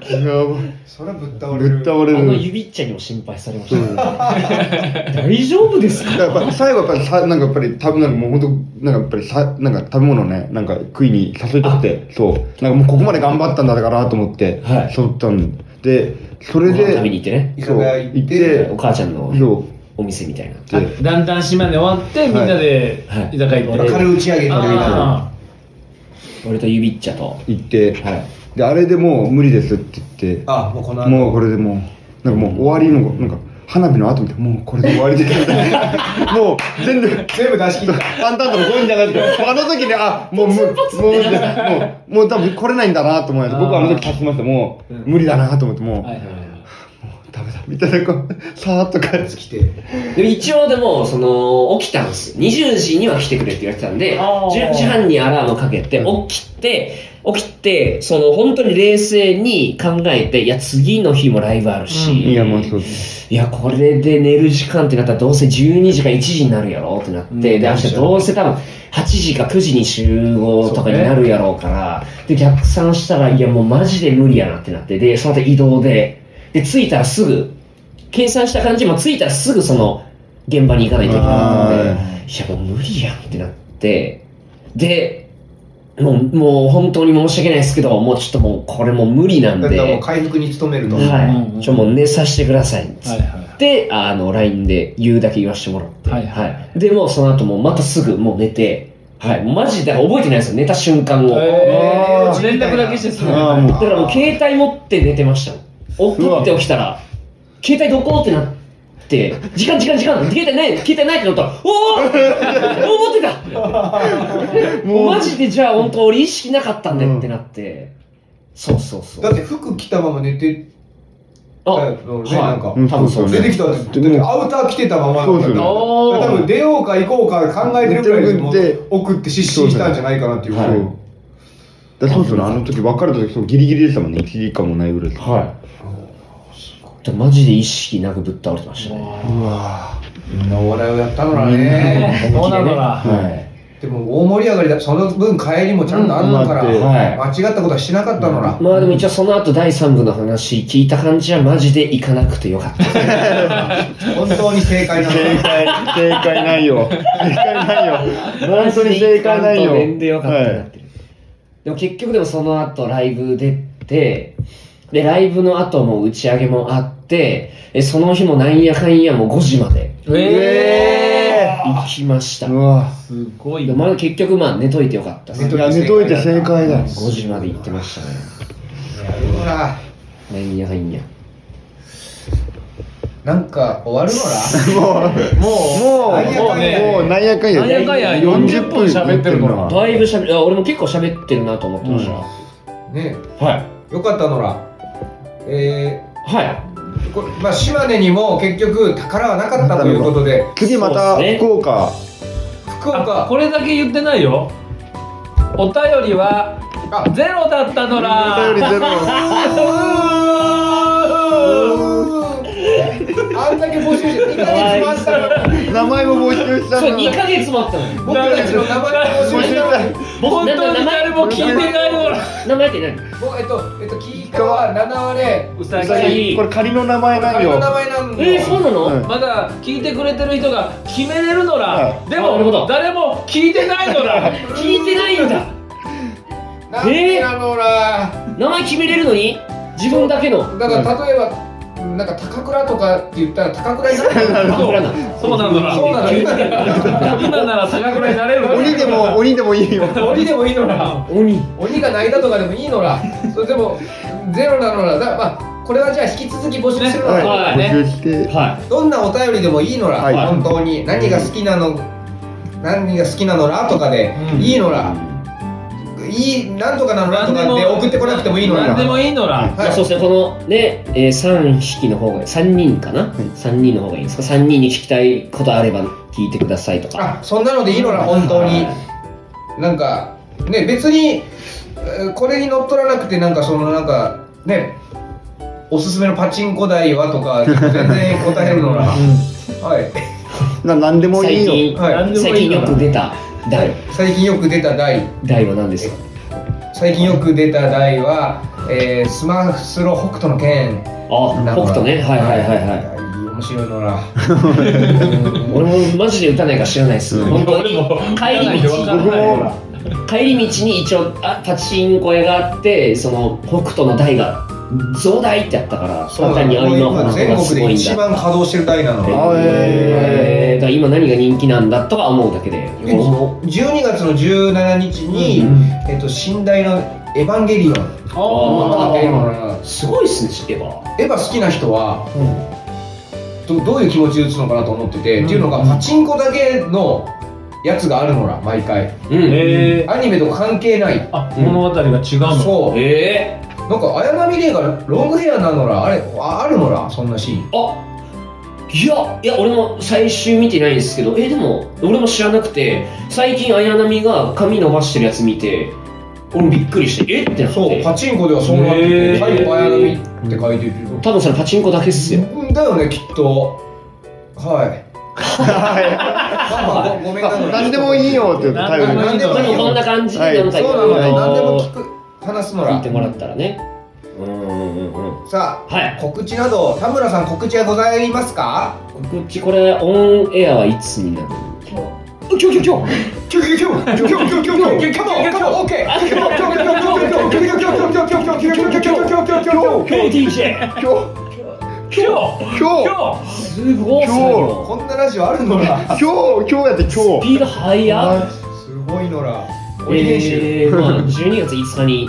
S1: いやば
S2: それぶっ倒
S1: い
S2: れる。
S1: ぶっ倒
S3: あ
S1: れ
S3: の
S1: る
S3: 指っちゃにも心配されました。大丈夫ですか
S1: やっぱ最後やっぱりさなんかやっぱり食べなんかもう本当なんかやっぱりさなんか食べ物ねなんか食いに誘いたくてそうなんかもうここまで頑張ったんだからと思って、
S3: はい
S1: 誘ったんでそれ
S3: ご飯食べ
S1: で
S3: に行ってね。
S2: イカが行って
S3: お、母ちゃんの
S1: そう
S3: お店みたいな。
S1: で
S4: ーだんだん島根終わって、みんなで
S3: はい
S4: 居酒屋行って。
S2: 軽い打ち上げの
S4: あ
S3: 俺と指っちゃと。
S1: 行って、
S3: はい
S1: であれでもう無理ですって言って
S2: あ、もうこの後
S1: もうこれでもうなんかもう終わりのなんか花火の後みたいなもうこれで終わり ですもう全部
S2: 全部出し切った。
S1: 淡々とこういうんじゃなくてあの時にあもうむもうもうもう多分来れないんだなと思いました僕はあの時立ちましたもう、無理だなと思ってもう、
S4: ーはいはいはい
S1: ダメだみたいなこうさーっと帰って
S2: 来て。
S3: でも一応でも、その、起きたんですよ。20時には来てくれって言われてたんで、
S4: あー
S3: 10時半にアラームかけて、起きて、起きて、その、本当に冷静に考えて、いや、次の日もライブあるし、
S4: うん
S1: いやもうそう
S3: いや、これで寝る時間ってなったら、どうせ12時か1時になるやろってなって、
S4: うん
S3: で、明日どうせ多分8時か9時に集合とかになるやろうから、で、逆算したら、いや、もうマジで無理やなってなって、で、その後移動で、で、着いたらすぐ、計算した感じも着いたらすぐその、現場に行かないといけなかったので、いや、もう無理やんってなって、で、もう、もう本当に申し訳ないですけど、もうちょっともう、これもう無理なん
S2: だ
S3: で、
S2: からもう
S3: は
S2: 回復に努めると。
S4: うんうん
S3: い。ちょ、もう寝させてください。つ
S4: はい
S3: っ
S4: は
S3: て、あの、LINE で言うだけ言わせてもらって。
S4: はいはい
S3: で、もうその後もうまたすぐもう寝て、はい。マジで、だから覚えてないですよ。寝た瞬間を。
S4: い。え
S2: あ
S4: ー
S2: ー
S4: 連絡だけしてすぐ。
S1: あーもう
S3: だからもう携帯持って寝てました。お
S1: うわ
S3: 起って起きたら、携帯どこってなって、時間時間時間、携帯ない、携帯ないってなったら、おお思ってたもうマジでじゃあ本当俺意識なかったんだよってなって、そうそうそう。
S2: だって服着たまま寝てた
S3: あ、は
S2: よ
S3: い、
S2: ね、なんか。
S1: うん
S3: 多分そ
S1: そ
S3: う
S1: う
S3: ね
S2: 出てきたらだってアウター着てたまま
S1: そうですよね
S2: 多分出ようか行こうか考えてるくらいでもう送って失神したんじゃないかなっていう、
S1: そうだからそうですよね、あの時別れた時そうギリギリでしたもんね、1時間もないぐらいです。
S3: はい。でマジで意識なくぶっ倒れてましたね。
S1: うわ
S2: みんなお笑いをやったのらね
S4: そうなのら。
S3: はい。
S2: でも大盛り上がりだその分帰りもちゃんとあんのから、
S1: うん
S3: は
S2: 間違ったことはしなかったのら、
S3: まあでも一応その後第3部の話聞いた感じはマジで行かなくてよかった。
S2: 本当に正解なの
S1: 正解、正解ないよ。正解ないよ。 本当に正解ないよ。
S3: ちゃんと面でよかったな
S1: は
S3: っ
S1: い
S3: ていうでも結局でもその後ライブ出て、で、ライブの後も打ち上げもあって、えその日もなんやかんやもう5時まで
S4: え
S3: 行きました。
S1: うわ
S4: ー。すごい
S3: で
S4: な。
S3: まあ結局まあ寝といてよかったです
S2: 寝
S1: いや寝といて正解だ。
S3: 5時まで行ってましたね。
S2: うわ
S3: なんやかんや。
S2: なんか終わるの
S1: も
S4: も
S1: う、
S2: なんや
S1: も
S2: か
S1: うん
S2: や
S1: もう、なんやかんや。
S4: なんやかんや40分喋ってるのは
S3: だいぶ喋る、あ俺も結構喋ってるなと思ってました。
S2: らね
S3: はい。
S2: よかったのらえ
S3: はい。
S2: ーこれまあ、島根にも結局宝はなかったということで
S1: 次また
S3: そうですね
S1: 福岡。
S2: 福
S4: あ
S2: 岡
S4: これだけ言ってないよ。お便りは
S2: あ
S4: ゼロだったのら。
S1: お便りゼロ。
S2: あんだけ募集して2ヶ月待ったのに
S1: 名前も募集した
S3: そう、
S1: の。
S3: 2ヶ月待ったのに。
S2: 僕たちの名前募
S1: 募集
S2: 集し
S1: した
S2: のに
S1: た。
S4: 本当に誰も聞いてないのら。
S3: 名前って何
S2: 僕えっとえっと木川七割れ
S4: うさ
S1: うさ
S4: ぎ。
S1: ぎこれ仮の名前なん
S2: 彼の名
S1: よ。
S2: 前なんだ
S3: えー、そうなの、
S1: うん
S4: まだ聞いてくれてる人が決めれるのら
S1: は、
S4: で
S3: あなるほ
S4: も
S3: ど
S4: 誰も聞いてないのら。
S3: 聞いてないんだ
S2: なんでなのら
S3: 名前決めれるのに自分だけの
S2: だから例えば、なんか高倉とかって言ったら高倉になる
S4: そう
S3: なの
S4: そうなのら。
S2: そうなの
S3: 急に
S4: 今なら高倉になれるの
S1: 鬼でも、鬼でもいいよ。
S2: 鬼でもいいのら
S3: 鬼
S2: 鬼が泣いたとかでもいいのらそれでもゼロなのらだからまあこれはじゃあ引き続き募集するのら、
S3: は
S1: はいい。募集して。
S3: は
S2: どんなお便りでもいいのら、
S1: はい
S2: 本当に何が好きなの何が好きなのらとかで、いいのらいいなんとかなのらとかで送ってこなくてもいいの
S4: 何で
S2: ら
S4: もいいのら。
S3: い、まあ、そうですねこのね、えー、3匹の方が3人かな、三3人の方がいいですか3人に聞きたいことあれば聞いてくださいと
S2: あ
S3: か
S2: そんなのでいいのら本当になんかね別にえーこれに乗っ取らなくてなんかそのなんかねおすすめのパチンコ台はとか全然答えるのら、はい
S1: な、なんでもい
S3: 最
S1: いよ。
S3: 近、
S2: はい
S4: 何でも
S3: 最
S4: いい
S3: 近
S4: の
S3: よ
S4: ら
S3: く。出た題
S2: 最近よく出た台
S3: 題は何ですか
S2: 最近よく出た台は、えースマスロ北斗の剣
S3: あ北斗ねはいはいはいはい
S2: い面白いのら
S3: 俺もマジで打たないから知らないです、本当に帰り道
S1: 僕も、
S3: 帰り道に一応あパチンコ屋があってその北斗の台が増大ってやったから
S2: そう
S3: 簡
S2: な
S3: 単にあ今
S2: の
S3: 本当
S2: 全
S3: がす
S2: 国
S3: ご
S2: で
S3: いん
S2: 一
S3: だ
S2: 番稼働してる台なの
S1: あ
S2: ら
S3: え
S1: え
S3: ーだから今何が人気なんだとか思うだけで
S2: え12月の17日に、えっと、新台の「エヴァンゲリオン」
S4: あ
S2: エヴァ
S3: すごいっすね知れば
S2: エヴァ好きな人は、どどういう気持ちで打つのかなと思ってて、っていうのがパチンコだけのやつがあるのら毎回
S3: うん
S4: ーえー
S2: アニメとか関係ない
S4: あ物語が違うの。
S2: そう
S3: え
S2: なんか綾波レイがロングヘアなのらあれああるのらそんなシーン
S3: ーあいやいや俺も最終見てないんですけどえでも俺も知らなくて最近綾波が髪伸ばしてるやつ見て俺もびっくりしてえってなっ
S2: そう
S3: て
S2: パチンコではそうなって
S4: へー
S2: て最後綾波って書いてる
S3: 多分それパチンコだけっすよ
S2: うんだよねきっとはいはいごごめんなさい
S1: ー。なんでもいいよって言って、頼りに。
S2: なんでも
S3: で
S2: いい
S3: もこん
S2: よ
S3: な感じでなんか
S2: そうなのよ何でも聞く話すの
S3: 聞い
S2: ら
S3: てもらったらねうんうんうんうん
S2: さあ
S3: はい
S2: 告知など田村さん告知はございますか
S3: 告知これオンエアはいつになるのキョキョキョ今日 DJ 今日今日すごい
S1: 今日
S3: 最後
S2: こんなラジオあるのら
S1: 今日今日やって今
S3: スピード速っ
S2: すごいのら鬼編集、
S3: えー、まあ12月5日に、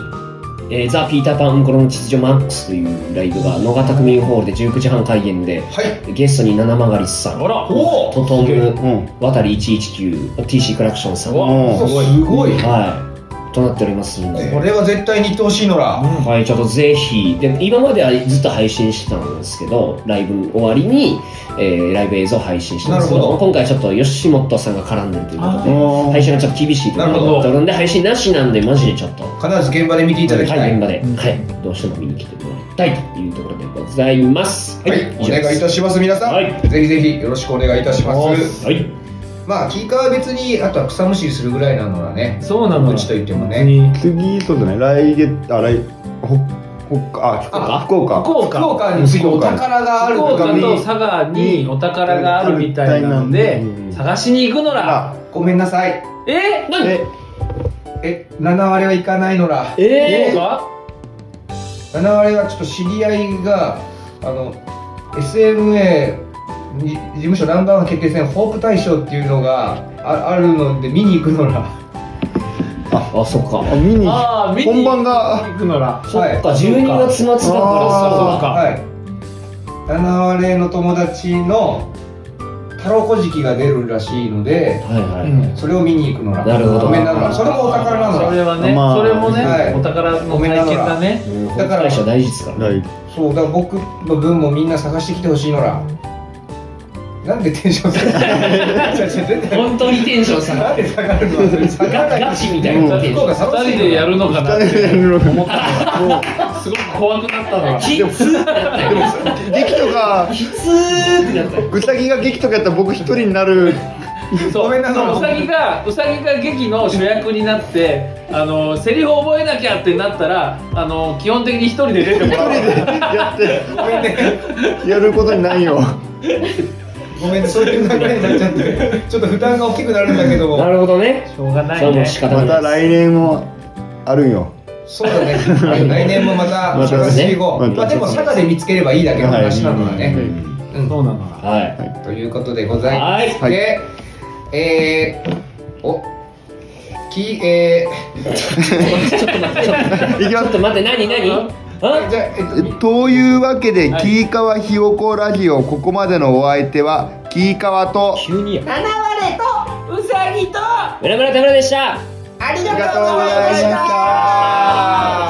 S3: えー、ザ・ピーターパン・ウンコロの秩序マックスというライブが野方区民ホールで19時半開演で
S2: はい
S3: ゲストに七曲さ
S4: あ
S3: ん、
S4: ら
S2: おお
S3: トトム、
S1: 日うん
S3: 渡り 119TC クラクションさん、
S4: うわ
S1: うん
S2: すごい
S3: はい、となっておりますん
S2: こ
S3: で、
S2: れは絶対に行ってほしいのら、
S3: はい、ちょっとぜひ、で今まではずっと配信してたんですけど、ライブ終わりに、えーライブ映像を配信してたんですけ
S2: なる
S3: ど、
S2: ほど
S3: 今回ちょっと吉本さんが絡んでるということ
S1: あ
S3: で、
S1: ー
S3: 配信がちょっと厳しいということになっておるんで、配信なしなんで、マジでちょっと。
S2: 必ず現場で見ていただきた
S3: はい、
S2: い、
S3: 現場で、はい、どうしても見に来てもらいたいというところでございます。
S2: はい、お願いいた
S3: し
S2: します皆さん、
S3: はい
S2: ぜひぜひよろしくお願いいたします
S3: はい、
S2: まあキーカーは別にあとは草むしりするぐらいなのはね
S4: そうなの
S2: うちと言ってもね
S4: に
S1: 次そうだね来月あ来ほほあ福岡
S3: あ
S1: 福岡
S4: 福
S2: 福
S4: 岡
S2: 岡に次お宝がある
S4: 福
S2: とか
S4: 岡
S1: 神
S4: と佐賀にお宝があるみたいなので
S1: うん
S4: 探しに行くのら
S2: ごめんなさい
S4: え
S1: え
S2: え7割は行かないのら
S4: ええか
S2: 7割はちょっと知り合いがあの SMA に事務所ナンバーワン決定戦ホープ大賞っていうのがああるので見に行くのら
S3: あ、そっか。
S1: あ見に
S4: ああ見に
S1: 本番が
S4: 行くのら
S3: そっか、
S2: はい
S3: 12月末だから
S1: あ
S4: ー
S2: はい7割の友達の太郎こじきが出るらしいので
S3: はいは
S4: うん
S3: い。
S2: それを見に行くのら
S3: なるほど
S2: ごめんなのらそれもお宝な
S4: そ
S2: の
S4: れ
S2: ら
S4: はね、
S1: まあ
S4: それもね、
S2: はい
S4: お宝の体験だね
S3: うん、
S2: だ
S3: だ
S2: か
S3: からら会社大事ですからね。
S1: 来
S2: そうだから僕の分もみんな探してきてほしいのらなんでテンション下が る違う違う絶対
S3: 本当にテンション下が
S2: な
S3: っ
S2: んで下がるのそれ下がら
S3: ガ
S2: ない
S3: ガチみたいなテンシ
S2: 福
S3: ョ
S2: 岡楽
S3: ン。
S4: 二
S2: しい
S4: 人でやるのかなっ
S1: 二人でや
S4: て
S1: るのか
S4: 思ったらすごく怖くなったな
S3: きつーってなったよ。
S1: 劇とか
S3: きつーってなったよ。
S1: うさぎが劇とかやったら僕一人になる
S4: そう
S2: ごめんなさい
S4: そううさぎがうさぎが劇の主役になってあのセリフを覚えなきゃってなったらあの基本的に一人で出て
S1: 一
S4: も
S1: 人
S4: らう
S1: でやっ
S2: ごめんね
S1: てやることにないよ
S2: ごめんねそういう流れになっちゃってちょっと負担が大きくなるんだけども
S3: なるほどね。
S4: しょうがな
S3: それ
S4: い
S3: も
S4: ね
S3: 仕方な
S1: ま
S3: い。
S1: た来年もあるんよ
S2: そうだね来年もまた
S1: また
S2: 探していこう
S1: また
S2: まあでも佐賀で見つければいいだけの話なのはねうん
S4: そうなの
S3: はい。
S2: ということでございまして、
S1: はい
S2: えー、おきえ
S3: ちょっと待って、ちょっと待って。
S1: いき
S3: ち
S1: ま
S3: ょっ
S1: す
S3: と待って、何何
S2: ー、
S3: あ
S2: じゃあ、えっと、
S1: というわけで、
S4: はい
S1: キーカワひよこラジオここまでのお相手はキーカワと
S3: 急にや。
S4: うさぎと
S3: 村村田村でした。
S1: ありがとうございました